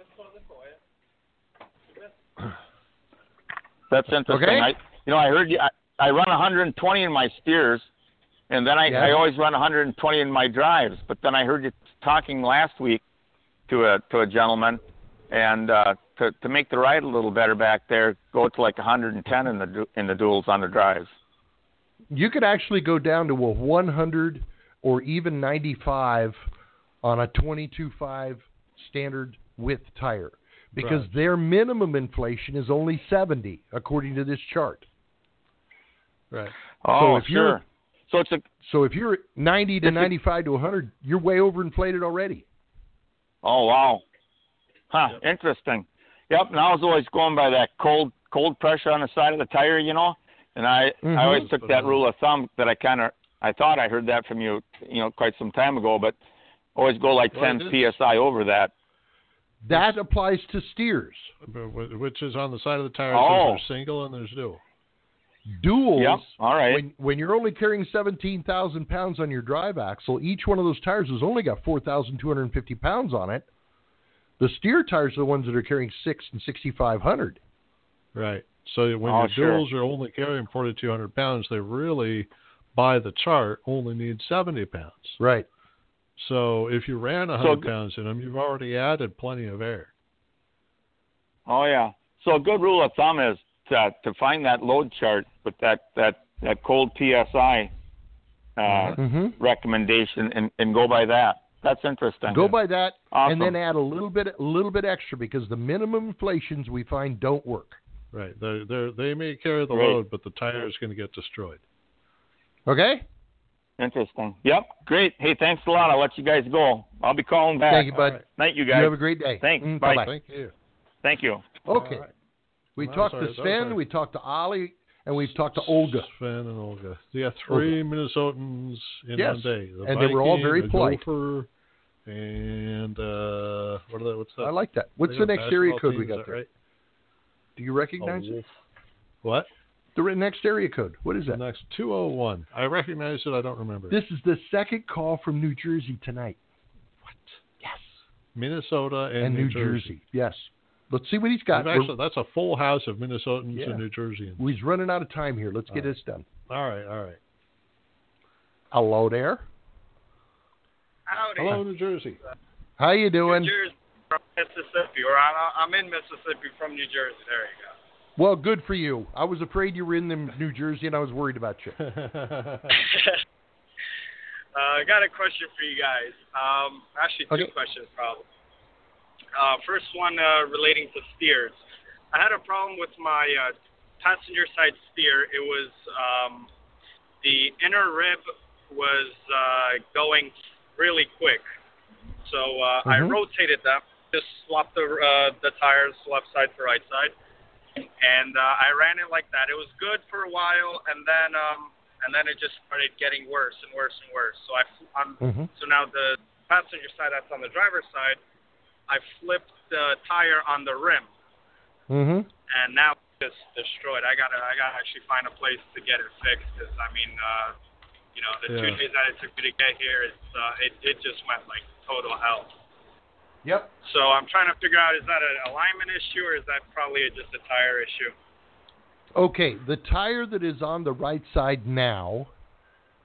[SPEAKER 8] That's interesting.
[SPEAKER 2] Okay.
[SPEAKER 8] I, you know, I heard you. I, I run 120 in my steers, and then I,
[SPEAKER 2] Yeah.
[SPEAKER 8] I always run 120 in my drives. But then I heard you talking last week to a to a gentleman, and uh, to to make the ride a little better back there, go to like 110 in the du- in the duels on the drives.
[SPEAKER 2] You could actually go down to a 100 or even 95 on a 22.5 standard width tire because
[SPEAKER 3] Right.
[SPEAKER 2] their minimum inflation is only 70 according to this chart.
[SPEAKER 3] Right.
[SPEAKER 2] So
[SPEAKER 8] Oh,
[SPEAKER 2] if you're-
[SPEAKER 8] sure. So it's a
[SPEAKER 2] So if you're 90 to
[SPEAKER 8] If you-
[SPEAKER 2] 95 to 100, you're way overinflated already.
[SPEAKER 8] Oh wow. Huh, interesting. Yep, and I was always going by that cold cold pressure on the side of the tire, you know. And I
[SPEAKER 2] Mhm.
[SPEAKER 8] I always took that rule of thumb that I kinda I thought I heard that from you, you know, quite some time ago, but always go like
[SPEAKER 3] Well,
[SPEAKER 8] ten
[SPEAKER 3] it
[SPEAKER 8] PSI over that.
[SPEAKER 2] That applies to steers.
[SPEAKER 3] But wh- Which is on the side of the tires.
[SPEAKER 8] Oh.
[SPEAKER 3] There's single and there's dual.
[SPEAKER 2] Duals,
[SPEAKER 8] Yep. All right.
[SPEAKER 2] when, when you're only carrying 17,000 pounds on your drive axle, each one of those tires has only got 4,250 pounds on it. The steer tires are the ones that are carrying 6 and 6,500.
[SPEAKER 3] Right. So when
[SPEAKER 8] Oh,
[SPEAKER 3] your
[SPEAKER 8] sure.
[SPEAKER 3] duals are only carrying 4,200 pounds, they really, by the chart, only need 70 pounds.
[SPEAKER 2] Right.
[SPEAKER 3] So if you ran 100
[SPEAKER 8] g-
[SPEAKER 3] pounds in them, you've already added plenty of air.
[SPEAKER 8] Oh yeah. So a good rule of thumb is to to find that load chart with that that that cold PSI uh,
[SPEAKER 2] hmm
[SPEAKER 8] recommendation and and go by that. That's interesting.
[SPEAKER 2] Go by that
[SPEAKER 8] Awesome.
[SPEAKER 2] and then add a little bit a little bit extra because the minimum inflations we find don't work.
[SPEAKER 3] Right. They they they may carry the
[SPEAKER 8] Right.
[SPEAKER 3] load, but the tire is going to get destroyed.
[SPEAKER 2] Okay?
[SPEAKER 8] Interesting. Yep. Great. Hey, thanks a lot. I'll let you guys go. I'll be calling back.
[SPEAKER 2] Thank you, bud.
[SPEAKER 8] Night, you
[SPEAKER 2] You
[SPEAKER 8] guys.
[SPEAKER 2] have a great day.
[SPEAKER 8] Thanks.
[SPEAKER 2] Mm,
[SPEAKER 8] Bye.
[SPEAKER 2] bye-bye.
[SPEAKER 3] Thank you.
[SPEAKER 8] Thank you.
[SPEAKER 2] Okay.
[SPEAKER 3] All right.
[SPEAKER 2] We
[SPEAKER 3] Well,
[SPEAKER 2] talked
[SPEAKER 3] sorry,
[SPEAKER 2] to
[SPEAKER 3] that was
[SPEAKER 2] Sven,
[SPEAKER 3] our-
[SPEAKER 2] we talked to Ollie, and we've talked to Olga.
[SPEAKER 3] Sven and Olga. Yeah, three Minnesotans in
[SPEAKER 2] Yes.
[SPEAKER 3] one day. The
[SPEAKER 2] And they were all
[SPEAKER 3] Viking,
[SPEAKER 2] very
[SPEAKER 3] the
[SPEAKER 2] polite.
[SPEAKER 3] Gopher, and uh, what are they, what's that?
[SPEAKER 2] I like that. What's
[SPEAKER 3] they
[SPEAKER 2] the
[SPEAKER 3] got a
[SPEAKER 2] next area
[SPEAKER 3] basketball
[SPEAKER 2] code
[SPEAKER 3] team,
[SPEAKER 2] we
[SPEAKER 3] is
[SPEAKER 2] got
[SPEAKER 3] that
[SPEAKER 2] there?
[SPEAKER 3] right?
[SPEAKER 2] Do you recognize
[SPEAKER 3] A
[SPEAKER 2] it?
[SPEAKER 3] wolf. What?
[SPEAKER 2] The re- next area code. What is that?
[SPEAKER 3] Next 201. I recognize it. I don't remember. it.
[SPEAKER 2] This is the second call from New Jersey tonight.
[SPEAKER 3] Minnesota and,
[SPEAKER 2] And, New Jersey. Yes. Let's see what he's got.
[SPEAKER 3] We've
[SPEAKER 2] We're-
[SPEAKER 3] Actually, that's a full house of Minnesotans
[SPEAKER 2] Yeah.
[SPEAKER 3] and New Jerseyans.
[SPEAKER 2] he's running out of time here. Let's get this done.
[SPEAKER 3] All right, all right.
[SPEAKER 2] Hello there.
[SPEAKER 9] Howdy.
[SPEAKER 3] Hello, New Jersey.
[SPEAKER 2] How you doing?
[SPEAKER 9] New Jersey from Mississippi, or I, I'm in Mississippi from New Jersey. There you go.
[SPEAKER 2] Well, good for you. I was afraid you were in the New Jersey, and I was worried about you.
[SPEAKER 3] Uh-huh,
[SPEAKER 9] uh, I got a question for you guys. Um, actually, two
[SPEAKER 2] Okay.
[SPEAKER 9] questions probably. Uh, first one uh, relating to steers. I had a problem with my uh, passenger side steer. It was um, the inner rib was uh, going really quick, so uh, I
[SPEAKER 2] Mhm.
[SPEAKER 9] rotated them. Just swapped the uh, the tires left side to right side, and uh, I ran it like that. It was good for a while, and then um, and then it just started getting worse and worse and worse. So I, fl- I'm,
[SPEAKER 3] Mm-hmm.
[SPEAKER 2] Mhm.
[SPEAKER 9] so now the passenger side that's on the driver's side, I flipped the tire on the rim,
[SPEAKER 2] Mm-hmm.
[SPEAKER 9] and now it's just destroyed. I gotta, I gotta actually find a place to get it fixed. 'cause, I mean, uh, you know, the two
[SPEAKER 3] Yeah.
[SPEAKER 9] days that it took me to get here, it's, uh, it, it just went like total hell.
[SPEAKER 2] Yep.
[SPEAKER 9] So I'm trying to figure out is that an alignment issue or is that probably just a tire issue?
[SPEAKER 2] Okay. The tire that is on the right side now,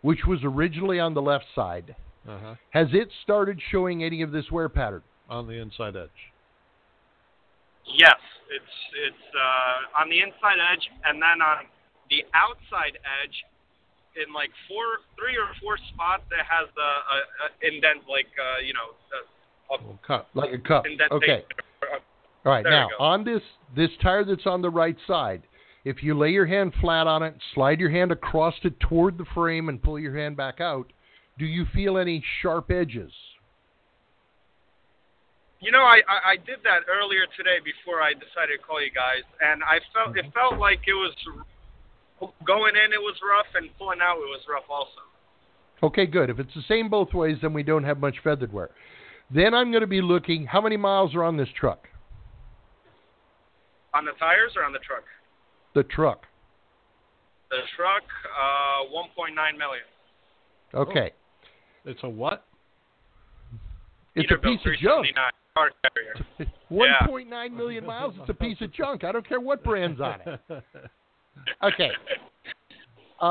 [SPEAKER 2] which was originally on the left side,
[SPEAKER 3] uh-huh.
[SPEAKER 2] has it started showing any of this wear pattern?
[SPEAKER 3] On the inside edge.
[SPEAKER 9] Yes, it's it's uh, on the inside edge, and then on the outside edge, in like four, three or four spots, it has a, a, a indent, like uh, you know, a, a
[SPEAKER 3] Well, cut.
[SPEAKER 2] Like a cup. Oh, Okay.
[SPEAKER 9] indentation.
[SPEAKER 2] All right,
[SPEAKER 9] There
[SPEAKER 2] now
[SPEAKER 9] we go.
[SPEAKER 2] on this this tire that's on the right side, if you lay your hand flat on it, slide your hand across it toward the frame, and pull your hand back out, do you feel any sharp edges?
[SPEAKER 9] You know, I, I I did that earlier today before I decided to call you guys, and I felt
[SPEAKER 2] Mm-hmm.
[SPEAKER 9] it felt like it was going in, it was rough, and pulling out, it was rough also.
[SPEAKER 2] Okay, good. If it's the same both ways, then we don't have much feathered wear. Then I'm going to be looking how many miles are on this truck?
[SPEAKER 9] On the tires or on the truck?
[SPEAKER 2] The truck.
[SPEAKER 9] The truck, uh, 1.9 million. Oh.
[SPEAKER 2] Okay.
[SPEAKER 3] It's a what?
[SPEAKER 2] It's a piece of junk.
[SPEAKER 9] Car carrier.
[SPEAKER 2] 1.9 million miles. It's a piece of junk. I don't care what brand's on it. Okay.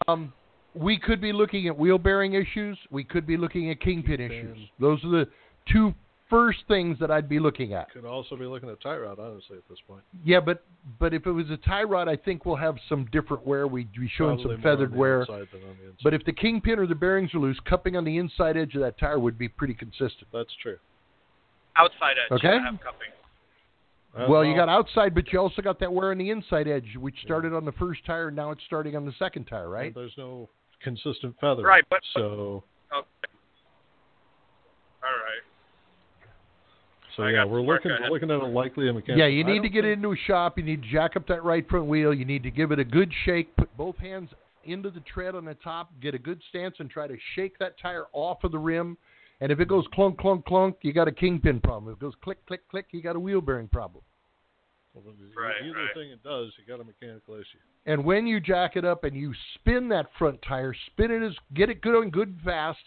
[SPEAKER 2] Um, we could be looking at wheel bearing issues. We could be looking at kingpin issues. Those are the two first things that I'd be looking at.
[SPEAKER 3] Could also be looking at tie rod, honestly, at this point.
[SPEAKER 2] Yeah, but but if it was a tie rod, I think we'll have some different wear. We'd be showing
[SPEAKER 3] Probably
[SPEAKER 2] some
[SPEAKER 3] more on
[SPEAKER 2] feathered
[SPEAKER 3] the
[SPEAKER 2] wear.
[SPEAKER 3] outside than on the inside.
[SPEAKER 2] But if the kingpin or the bearings are loose, cupping on the inside edge of that tire would be pretty consistent.
[SPEAKER 3] That's true.
[SPEAKER 9] Outside edge.
[SPEAKER 2] Okay.
[SPEAKER 9] I have cupping.
[SPEAKER 3] That's
[SPEAKER 2] Well, you
[SPEAKER 3] all.
[SPEAKER 2] got outside, but you also got that wear on the inside edge, which started on the first tire. Now it's starting on the second tire, right?
[SPEAKER 3] There's no consistent feather.
[SPEAKER 9] Right, but-
[SPEAKER 3] so
[SPEAKER 9] Okay. All right.
[SPEAKER 3] so
[SPEAKER 9] I
[SPEAKER 3] yeah,
[SPEAKER 9] got
[SPEAKER 3] we're
[SPEAKER 9] the
[SPEAKER 3] looking
[SPEAKER 9] marker.
[SPEAKER 3] we're looking at a likely a mechanical.
[SPEAKER 2] Yeah, you
[SPEAKER 3] I
[SPEAKER 2] need
[SPEAKER 3] don't
[SPEAKER 2] to get
[SPEAKER 3] think-
[SPEAKER 2] into a shop. You need to jack up that right front wheel. You need to give it a good shake. Put both hands into the tread on the top. Get a good stance and try to shake that tire off of the rim. And if it goes clunk, clunk, clunk, you got a kingpin problem. If it goes click, click, click, you got a wheel bearing problem.
[SPEAKER 3] Well, the-
[SPEAKER 9] Right,
[SPEAKER 3] Either
[SPEAKER 9] right.
[SPEAKER 3] thing it does, you got a mechanical issue.
[SPEAKER 2] And when you jack it up and you spin that front tire, spin it as get it good and good fast,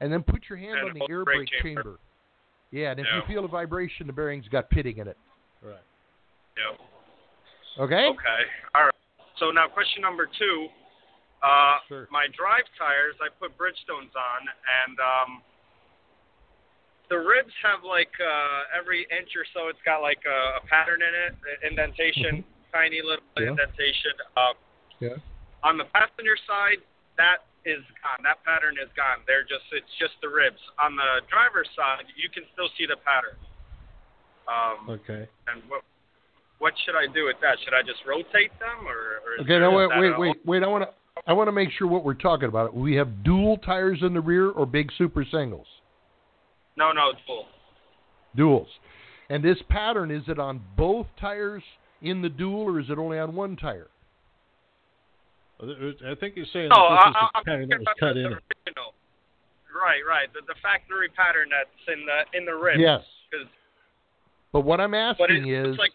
[SPEAKER 2] and then put your hand
[SPEAKER 9] And
[SPEAKER 2] on
[SPEAKER 9] hold
[SPEAKER 2] the air
[SPEAKER 9] the brake
[SPEAKER 2] brake chamber.
[SPEAKER 9] chamber.
[SPEAKER 2] Yeah, and if
[SPEAKER 9] Yeah.
[SPEAKER 2] you feel a vibration, the bearing's got pitting in it.
[SPEAKER 3] Right.
[SPEAKER 9] Yep.
[SPEAKER 2] Okay?
[SPEAKER 9] Okay. All right. So now question number two. Uh,
[SPEAKER 3] Sure.
[SPEAKER 9] My drive tires, I put Bridgestones on, and um, the ribs have like uh, every inch or so, it's got like a, a pattern in it, a indentation, tiny little
[SPEAKER 2] Mm-hmm. Yeah.
[SPEAKER 9] indentation. Uh,
[SPEAKER 2] Yeah.
[SPEAKER 9] On the passenger side, that is gone. That pattern is gone. They're just it's just the ribs. On the driver's side, you can still see the pattern. Um,
[SPEAKER 3] Okay.
[SPEAKER 9] and what what should I do with that? Should I just rotate them or? or is
[SPEAKER 2] Okay,
[SPEAKER 9] there-
[SPEAKER 2] now
[SPEAKER 9] is
[SPEAKER 2] wait,
[SPEAKER 9] that
[SPEAKER 2] wait,
[SPEAKER 9] an
[SPEAKER 2] wait, wait. I want to I want to make sure what we're talking about. We have dual tires in the rear or big super singles.
[SPEAKER 9] al- No, no, it's full.
[SPEAKER 2] Duals. And this pattern is it on both tires in the dual or is it only on one tire?
[SPEAKER 3] Uh, I think he's saying
[SPEAKER 9] No,
[SPEAKER 3] that this
[SPEAKER 9] I,
[SPEAKER 3] is
[SPEAKER 9] I'm
[SPEAKER 3] the pattern
[SPEAKER 9] talking
[SPEAKER 3] that was
[SPEAKER 9] about
[SPEAKER 3] cut
[SPEAKER 9] the
[SPEAKER 3] in. it.
[SPEAKER 9] original. Right, right. The, the factory pattern that's in the in the rib.
[SPEAKER 2] Yes.
[SPEAKER 9] 'Cause-
[SPEAKER 2] But what I'm
[SPEAKER 9] but it's,
[SPEAKER 2] asking is
[SPEAKER 9] it's like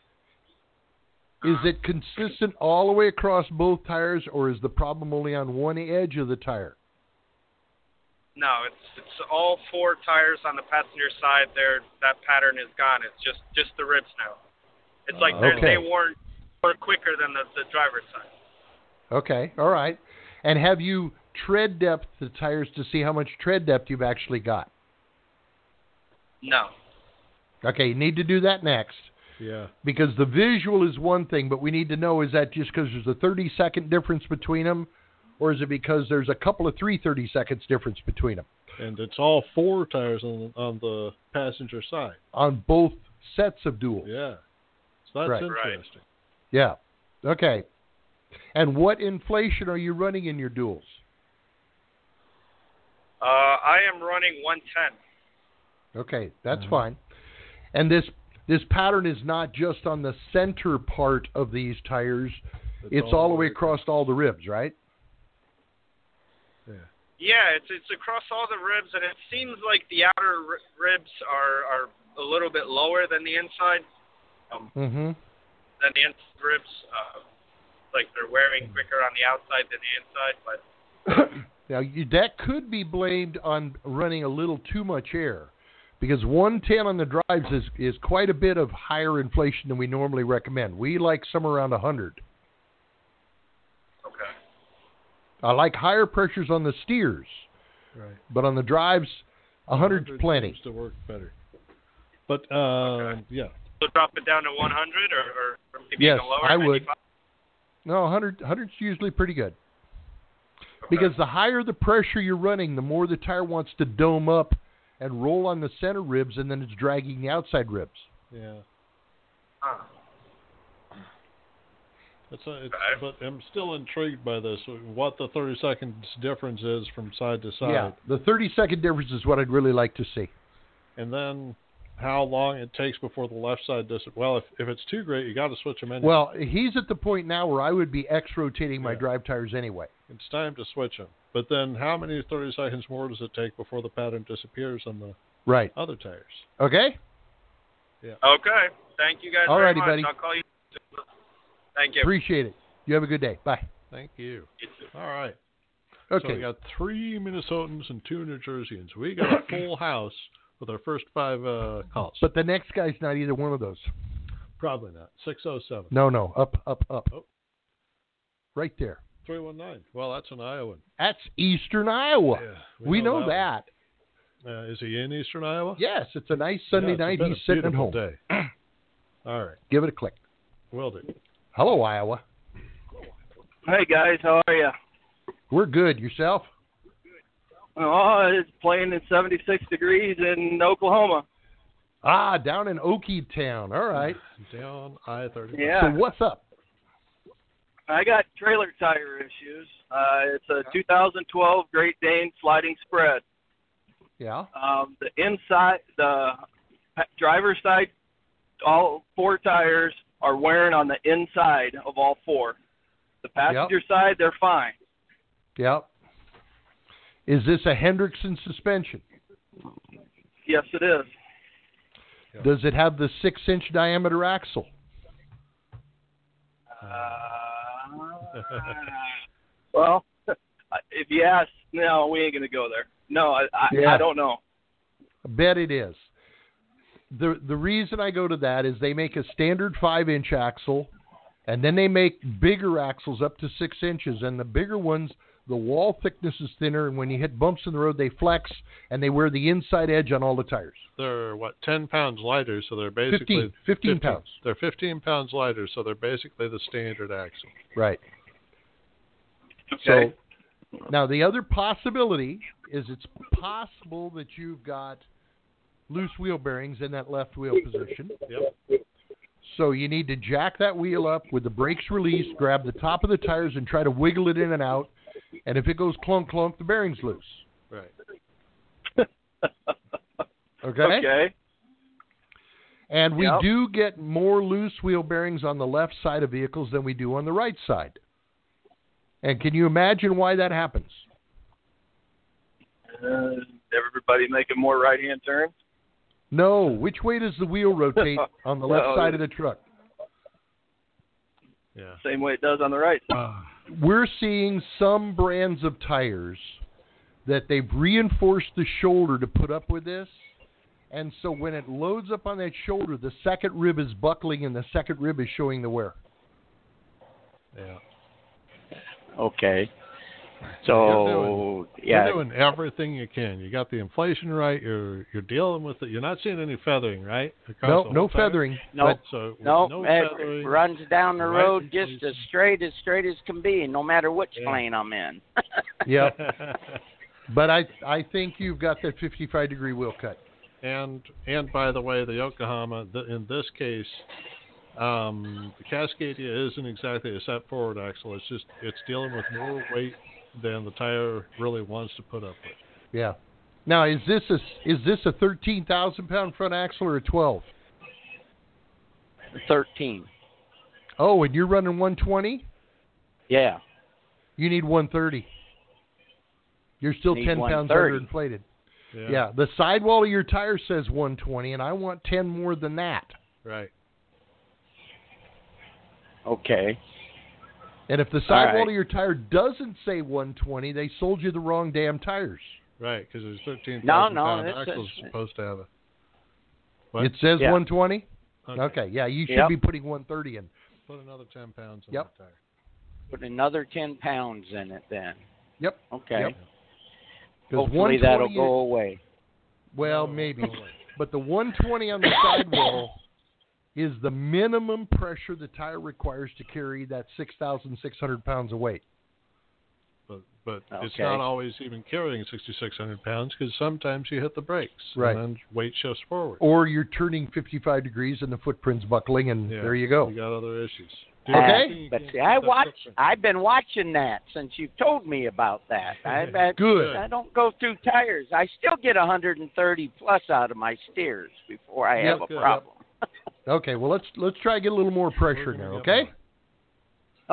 [SPEAKER 2] is it consistent all the way across both tires or is the problem only on one edge of the tire?
[SPEAKER 9] no, it's it's all four tires on the passenger side. There, that pattern is gone. It's just just the ribs now. It's like they're
[SPEAKER 2] Okay.
[SPEAKER 9] they weren't were quicker than the, the driver's side.
[SPEAKER 2] Okay, all right. And have you tread depth the tires to see how much tread depth you've actually got?
[SPEAKER 9] No.
[SPEAKER 2] Okay, you need to do that next.
[SPEAKER 3] Yeah.
[SPEAKER 2] because the visual is one thing, but we need to know is that just because there's a 30 second difference between them, or is it because there's a couple of three 30 seconds difference between them
[SPEAKER 3] And it's all four tires on on the passenger side.
[SPEAKER 2] on both sets of duels?
[SPEAKER 3] Yeah. So that's
[SPEAKER 2] Right.
[SPEAKER 9] Right.
[SPEAKER 3] interesting.
[SPEAKER 2] Yeah. Okay. And what inflation are you running in your duels?
[SPEAKER 9] Uh, I am running 110.
[SPEAKER 2] Okay, that's fine. And this this pattern is not just on the center part of these tires; it's, all the way across all the ribs, right?
[SPEAKER 9] Yeah, it's it's across all the ribs, and it seems like the outer ri ribs are are a little bit lower than the inside,
[SPEAKER 2] Mm-hmm.
[SPEAKER 9] than the inside ribs. Uh, like they're wearing quicker on the outside than the inside, but
[SPEAKER 2] Now, you, that could be blamed on running a little too much air because 110 on the drives is, is quite a bit of higher inflation than we normally recommend. We like somewhere around 100.
[SPEAKER 9] okay.
[SPEAKER 2] I like higher pressures on the steers,
[SPEAKER 3] Right.
[SPEAKER 2] but on the drives, 100's
[SPEAKER 3] 100
[SPEAKER 2] plenty.
[SPEAKER 3] Seems to work better. But um, yeah,
[SPEAKER 9] So drop it down to 100 or, or something
[SPEAKER 2] Yes,
[SPEAKER 9] even lower.
[SPEAKER 2] I would.
[SPEAKER 9] 95?
[SPEAKER 2] No, 100, 100's usually pretty good because the higher the pressure you're running, the more the tire wants to dome up and roll on the center ribs, and then it's dragging the outside ribs.
[SPEAKER 3] yeah.
[SPEAKER 9] Huh.
[SPEAKER 3] It's a, it's,
[SPEAKER 9] Okay.
[SPEAKER 3] but I'm still intrigued by this. uh, What the 30 seconds difference is from side to side,
[SPEAKER 2] Yeah, the 30 second difference is what I'd really like to see.
[SPEAKER 3] and then how long it takes before the left side doesn't. Well, if, if it's too great, you got to switch them in.
[SPEAKER 2] Well, he's at the point now where I would be X rotating my
[SPEAKER 3] Yeah.
[SPEAKER 2] drive tires anyway.
[SPEAKER 3] it's time to switch them. But then, how many 30 seconds more does it take before the pattern disappears on the
[SPEAKER 2] Right.
[SPEAKER 3] other tires?
[SPEAKER 2] Okay.
[SPEAKER 9] Okay. Thank you guys
[SPEAKER 2] All
[SPEAKER 9] very
[SPEAKER 2] righty,
[SPEAKER 9] much.
[SPEAKER 2] buddy.
[SPEAKER 9] I'll call you. Thank you.
[SPEAKER 2] Appreciate it. You have a good day. Bye.
[SPEAKER 3] Thank you.
[SPEAKER 9] You too.
[SPEAKER 3] All right. So
[SPEAKER 2] Okay.
[SPEAKER 3] we got three Minnesotans and two New Jerseyans. We got a full house with our first five uh, calls.
[SPEAKER 2] but the next guy's not either one of those.
[SPEAKER 3] Probably not. 607.
[SPEAKER 2] No, no. Up, up, up.
[SPEAKER 3] Oh.
[SPEAKER 2] Right there.
[SPEAKER 3] 319. Well, that's an Iowan.
[SPEAKER 2] That's Eastern Iowa.
[SPEAKER 3] Yeah,
[SPEAKER 2] we, know, that.
[SPEAKER 3] one. Uh, is he in eastern Iowa?
[SPEAKER 2] Yes, it's a nice
[SPEAKER 3] Yeah,
[SPEAKER 2] Sunday
[SPEAKER 3] it's
[SPEAKER 2] night.
[SPEAKER 3] been
[SPEAKER 2] He's
[SPEAKER 3] a
[SPEAKER 2] sitting at
[SPEAKER 3] beautiful
[SPEAKER 2] home.
[SPEAKER 3] Day. All right.
[SPEAKER 2] Give it a click.
[SPEAKER 3] Will do.
[SPEAKER 2] Hello, Iowa.
[SPEAKER 10] Hey guys, how are you?
[SPEAKER 2] We're good. Yourself?
[SPEAKER 10] Oh, it's playing in 76 degrees in Oklahoma.
[SPEAKER 2] Ah, down in Okie Town. All right.
[SPEAKER 3] Down I 30.
[SPEAKER 2] So what's up?
[SPEAKER 10] I got trailer tire issues. Uh, it's a 2012 Great Dane sliding spread.
[SPEAKER 2] Yeah.
[SPEAKER 10] Um, the inside, the driver's side, all four tires are wearing on the inside of all four. The passenger side, they're fine.
[SPEAKER 2] Yep. Is this a Hendrickson suspension?
[SPEAKER 10] Yes, it is.
[SPEAKER 3] Yeah.
[SPEAKER 2] Does it have the six inch diameter axle?
[SPEAKER 10] Uh, well, if you ask, no, we ain't gonna go there. No, I, I,
[SPEAKER 2] Yeah.
[SPEAKER 10] I don't know.
[SPEAKER 2] I bet it is. The the reason I go to that is they make a standard five inch axle and then they make bigger axles up to six inches and the bigger ones the wall thickness is thinner and when you hit bumps in the road they flex and they wear the inside edge on all the tires.
[SPEAKER 3] They're what 10 pounds lighter, so they're basically
[SPEAKER 2] 15, 15 pounds.
[SPEAKER 3] They're 15 pounds lighter, so they're basically the standard axle.
[SPEAKER 2] Right.
[SPEAKER 10] Okay.
[SPEAKER 2] So now the other possibility is it's possible that you've got loose wheel bearings in that left wheel position.
[SPEAKER 3] Yep.
[SPEAKER 2] So you need to jack that wheel up with the brakes released, grab the top of the tires and try to wiggle it in and out. And if it goes clunk clunk, the bearing's loose.
[SPEAKER 3] Right.
[SPEAKER 2] Okay?
[SPEAKER 10] okay.
[SPEAKER 2] And we
[SPEAKER 10] Yep.
[SPEAKER 2] do get more loose wheel bearings on the left side of vehicles than we do on the right side. And can you imagine why that happens?
[SPEAKER 10] Uh, everybody making more right-hand turns.
[SPEAKER 2] No. Which way does the wheel rotate on the left
[SPEAKER 10] Oh,
[SPEAKER 2] side
[SPEAKER 10] yeah.
[SPEAKER 2] of the truck?
[SPEAKER 3] Yeah.
[SPEAKER 10] Same way it does on the right side.
[SPEAKER 2] We're seeing some brands of tires that they've reinforced the shoulder to put up with this. And so when it loads up on that shoulder, the second rib is buckling and the second rib is showing the wear.
[SPEAKER 3] Yeah.
[SPEAKER 11] Okay.
[SPEAKER 3] So,
[SPEAKER 11] So
[SPEAKER 3] You're
[SPEAKER 11] yeah,
[SPEAKER 3] doing everything you can. You got the inflation right. You're you're dealing with it. You're not seeing any feathering, right? Across the
[SPEAKER 2] No,
[SPEAKER 3] whole
[SPEAKER 2] no
[SPEAKER 3] tire?
[SPEAKER 2] feathering.
[SPEAKER 3] Right,
[SPEAKER 12] No,
[SPEAKER 3] So
[SPEAKER 12] no,
[SPEAKER 3] no
[SPEAKER 12] it
[SPEAKER 3] feathering.
[SPEAKER 12] runs down the
[SPEAKER 3] Right
[SPEAKER 12] road
[SPEAKER 3] into
[SPEAKER 12] just
[SPEAKER 3] the-
[SPEAKER 12] as straight as straight as can be, no matter which
[SPEAKER 3] Yeah.
[SPEAKER 12] lane I'm in.
[SPEAKER 2] But, yeah. But I, I think you've got that 55 degree wheel cut.
[SPEAKER 3] and and by the way, the Yokohama th in this case, um, the Cascadia isn't exactly a set forward axle. It's just it's dealing with more weight than the tire really wants to put up with.
[SPEAKER 2] Yeah. Now is this a is this a 13,000 pound front axle or a 12?
[SPEAKER 12] Thirteen.
[SPEAKER 2] Oh, and you're running 120.
[SPEAKER 12] Yeah.
[SPEAKER 2] You need 130. You're still
[SPEAKER 12] Need
[SPEAKER 2] 10 pounds
[SPEAKER 12] 130.
[SPEAKER 2] underinflated. Yeah. the sidewall of your tire says 120, and I want 10 more than that.
[SPEAKER 3] Right.
[SPEAKER 12] Okay.
[SPEAKER 2] And if the sidewall
[SPEAKER 12] right.
[SPEAKER 2] of your tire doesn't say 120, they sold you the wrong damn tires.
[SPEAKER 3] Right. Because there's 13,000
[SPEAKER 12] No, no,
[SPEAKER 3] pound
[SPEAKER 12] this
[SPEAKER 3] axles
[SPEAKER 12] is-
[SPEAKER 3] supposed to have a. What?
[SPEAKER 2] It says
[SPEAKER 12] Yeah.
[SPEAKER 2] 120. Okay. yeah, you should
[SPEAKER 12] Yep.
[SPEAKER 2] be putting 130 in.
[SPEAKER 3] Put another 10 pounds on
[SPEAKER 2] Yep.
[SPEAKER 3] the tire.
[SPEAKER 12] Put another ten pounds in it then.
[SPEAKER 2] Yep.
[SPEAKER 12] Okay.
[SPEAKER 2] Yep. 'Cause
[SPEAKER 12] Hopefully that'll
[SPEAKER 2] 120
[SPEAKER 12] go away.
[SPEAKER 2] Well,
[SPEAKER 3] No,
[SPEAKER 2] maybe,
[SPEAKER 3] no way.
[SPEAKER 2] but the 120 on the sidewall is the minimum pressure the tire requires to carry that 6,600 pounds of weight.
[SPEAKER 3] But but it's
[SPEAKER 12] Okay.
[SPEAKER 3] not always even carrying 6,600 pounds because sometimes you hit the brakes.
[SPEAKER 2] Right.
[SPEAKER 3] And then weight shifts forward.
[SPEAKER 2] Or you're turning 55 degrees and the footprint's buckling, and
[SPEAKER 3] Yeah,
[SPEAKER 2] there you go.
[SPEAKER 3] You got other issues. Do your
[SPEAKER 2] Oh. Okay.
[SPEAKER 3] thing, you
[SPEAKER 7] But
[SPEAKER 3] can't
[SPEAKER 7] see,
[SPEAKER 3] do
[SPEAKER 7] I
[SPEAKER 3] that
[SPEAKER 7] watch.
[SPEAKER 3] different.
[SPEAKER 7] I've been watching that since you've told me about that. I, I,
[SPEAKER 2] Good.
[SPEAKER 7] I don't go through tires. I still get 130 plus out of my steers before I
[SPEAKER 2] Yeah,
[SPEAKER 7] have a
[SPEAKER 3] good.
[SPEAKER 7] problem.
[SPEAKER 2] Okay, well let's let's try to get a little more pressure
[SPEAKER 3] We're gonna
[SPEAKER 2] now,
[SPEAKER 3] get
[SPEAKER 2] okay?
[SPEAKER 3] one.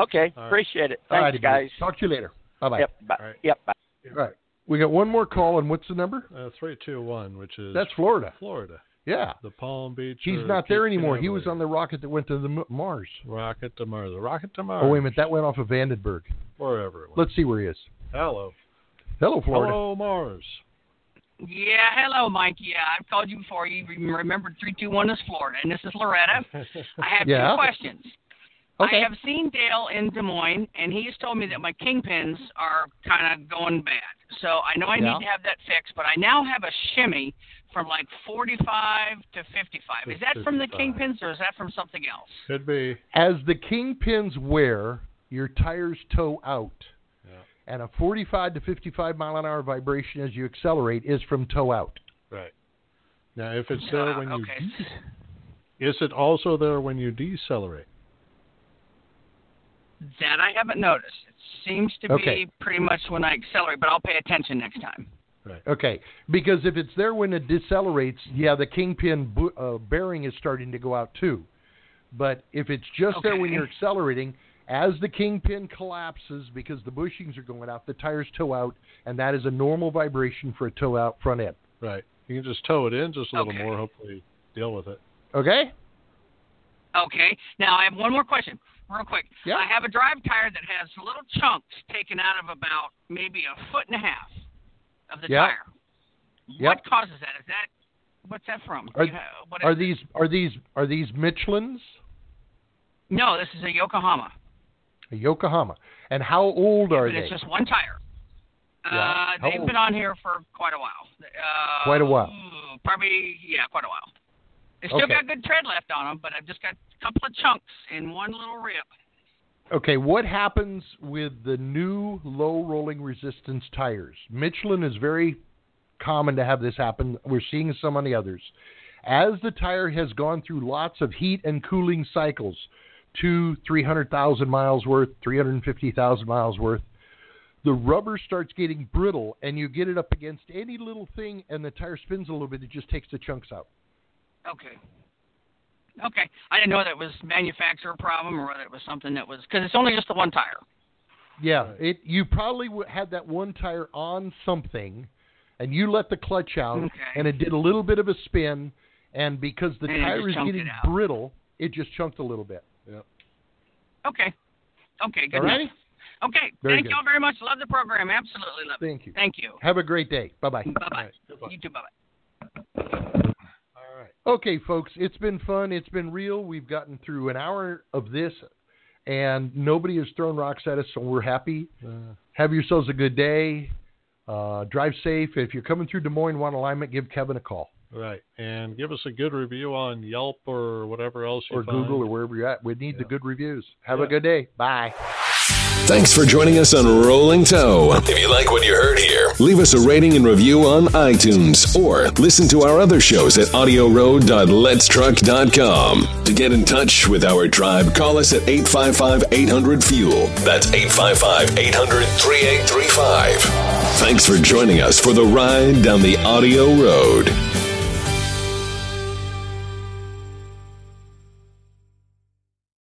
[SPEAKER 7] Okay,
[SPEAKER 3] All right.
[SPEAKER 7] appreciate it.
[SPEAKER 2] All
[SPEAKER 7] Thanks,
[SPEAKER 2] righty, buddy.
[SPEAKER 7] guys.
[SPEAKER 2] Talk to you later. Bye bye.
[SPEAKER 7] Yep, bye.
[SPEAKER 3] All right.
[SPEAKER 7] Yep, bye.
[SPEAKER 2] All right. We got one more call and what's the number?
[SPEAKER 3] Uh, three, two, one, which is
[SPEAKER 2] That's Florida.
[SPEAKER 3] Florida,
[SPEAKER 2] Yeah.
[SPEAKER 3] the Palm Beach.
[SPEAKER 2] He's
[SPEAKER 3] or
[SPEAKER 2] not there
[SPEAKER 3] Cape
[SPEAKER 2] anymore. He was
[SPEAKER 3] Canaveral
[SPEAKER 2] on the rocket that went to the M- Mars.
[SPEAKER 3] rocket to Mars, the rocket to Mars,
[SPEAKER 2] Oh wait a minute, that went off of Vandenberg.
[SPEAKER 3] wherever it was.
[SPEAKER 2] Let's see where he is.
[SPEAKER 3] Hello,
[SPEAKER 2] Hello, Florida.
[SPEAKER 3] hello Mars.
[SPEAKER 12] Yeah, hello, Mike. Yeah, I've called you before. You rem- remembered 321 is Florida, and this is Loretta. I have
[SPEAKER 2] Yeah.
[SPEAKER 12] two questions.
[SPEAKER 2] Okay.
[SPEAKER 12] I have seen Dale in Des Moines, and he's told me that my kingpins are kind of going bad. So I know I
[SPEAKER 2] Yeah.
[SPEAKER 12] need to have that fixed, but I now have a shimmy from like 45 to 55. Is that from the
[SPEAKER 3] 55.
[SPEAKER 12] kingpins, or is that from something else?
[SPEAKER 3] Could be.
[SPEAKER 2] As the kingpins wear, your tires toe out.
[SPEAKER 3] Yeah.
[SPEAKER 2] And a 45 to 55 mile an hour vibration as you accelerate is from toe out.
[SPEAKER 3] Right. Now, if it's
[SPEAKER 12] Uh,
[SPEAKER 3] there when you,
[SPEAKER 12] okay.
[SPEAKER 3] is it also there when you decelerate?
[SPEAKER 12] That I haven't noticed. It seems to
[SPEAKER 2] Okay.
[SPEAKER 12] be pretty much when I accelerate, but I'll pay attention next time.
[SPEAKER 2] Okay, because if it's there when it decelerates, yeah, the kingpin bo- uh, bearing is starting to go out too. But if it's just there when
[SPEAKER 12] Okay.
[SPEAKER 2] you're accelerating, as the kingpin collapses because the bushings are going out, the tires toe out, and that is a normal vibration for a toe out front end.
[SPEAKER 3] Right. You can just tow it in just a little
[SPEAKER 12] Okay.
[SPEAKER 3] more. Hopefully, deal with it.
[SPEAKER 2] Okay?
[SPEAKER 12] Okay. Now I have one more question, real quick.
[SPEAKER 2] Yeah.
[SPEAKER 12] I have a drive tire that has little chunks taken out of about maybe a foot and a half of the
[SPEAKER 2] Yeah.
[SPEAKER 12] tire.
[SPEAKER 2] Yeah.
[SPEAKER 12] What causes that? Is that what's that from?
[SPEAKER 2] Are-
[SPEAKER 12] You ha- what
[SPEAKER 2] Are
[SPEAKER 12] is-
[SPEAKER 2] these are these are these Michelins?
[SPEAKER 12] No, this is a Yokohama.
[SPEAKER 2] Yokohama. And how old are
[SPEAKER 12] but
[SPEAKER 2] they?
[SPEAKER 12] it's just one tire.
[SPEAKER 2] Yeah.
[SPEAKER 12] Uh,
[SPEAKER 2] How
[SPEAKER 12] they've
[SPEAKER 2] old?
[SPEAKER 12] been on here for quite a while. Uh,
[SPEAKER 2] Quite a while.
[SPEAKER 12] ooh, Probably yeah, quite a while. They still
[SPEAKER 2] Okay.
[SPEAKER 12] got good tread left on them, but I've just got a couple of chunks and one little rip.
[SPEAKER 2] Okay, what happens with the new low rolling resistance tires? Michelin is very common to have this happen. We're seeing some on the others. As the tire has gone through lots of heat and cooling cycles, two, 300,000 miles worth, 350,000 miles worth, the rubber starts getting brittle and you get it up against any little thing and the tire spins a little bit. It just takes the chunks out.
[SPEAKER 12] Okay. Okay. I didn't know that was manufacturer problem or whether it was something that was because it's only just the one tire.
[SPEAKER 2] Yeah, it. You probably w- had that one tire on something, and you let the clutch out,
[SPEAKER 12] Okay.
[SPEAKER 2] and it did a little bit of a spin, and because the
[SPEAKER 12] And it
[SPEAKER 2] tire
[SPEAKER 12] just
[SPEAKER 2] is
[SPEAKER 12] chunked
[SPEAKER 2] getting
[SPEAKER 12] it out.
[SPEAKER 2] brittle, it just chunked a little bit.
[SPEAKER 12] Okay. Okay. Good.
[SPEAKER 2] All
[SPEAKER 12] enough.
[SPEAKER 2] righty?
[SPEAKER 12] Okay.
[SPEAKER 2] Very
[SPEAKER 12] Thank
[SPEAKER 2] good.
[SPEAKER 12] y'all very much. Love the program. Absolutely love it.
[SPEAKER 2] Thank you.
[SPEAKER 12] Thank you.
[SPEAKER 2] Have a great day. Bye bye.
[SPEAKER 12] Bye bye.
[SPEAKER 3] right. Goodbye.
[SPEAKER 12] You too. Bye bye.
[SPEAKER 3] All right.
[SPEAKER 2] Okay, folks, it's been fun. It's been real. We've gotten through an hour of this, and nobody has thrown rocks at us, so we're happy.
[SPEAKER 3] Uh,
[SPEAKER 2] Have yourselves a good day. Uh, drive safe. If you're coming through Des Moines, want alignment, give Kevin a call
[SPEAKER 3] right. And give us a good review on Yelp or whatever else you
[SPEAKER 2] or
[SPEAKER 3] find.
[SPEAKER 2] Google or wherever you're at. We need the
[SPEAKER 3] Yeah.
[SPEAKER 2] good reviews. Have a
[SPEAKER 3] Yeah.
[SPEAKER 2] good day. Bye.
[SPEAKER 1] Thanks for joining us on Rolling Toe. If you like what you heard here, leave us a rating and review on iTunes or listen to our other shows at audioroad.letstruck.com. To get in touch with our tribe, call us at 855-800-FUEL. E That's 855-800-3835. Thanks for joining us for the ride down the audio road.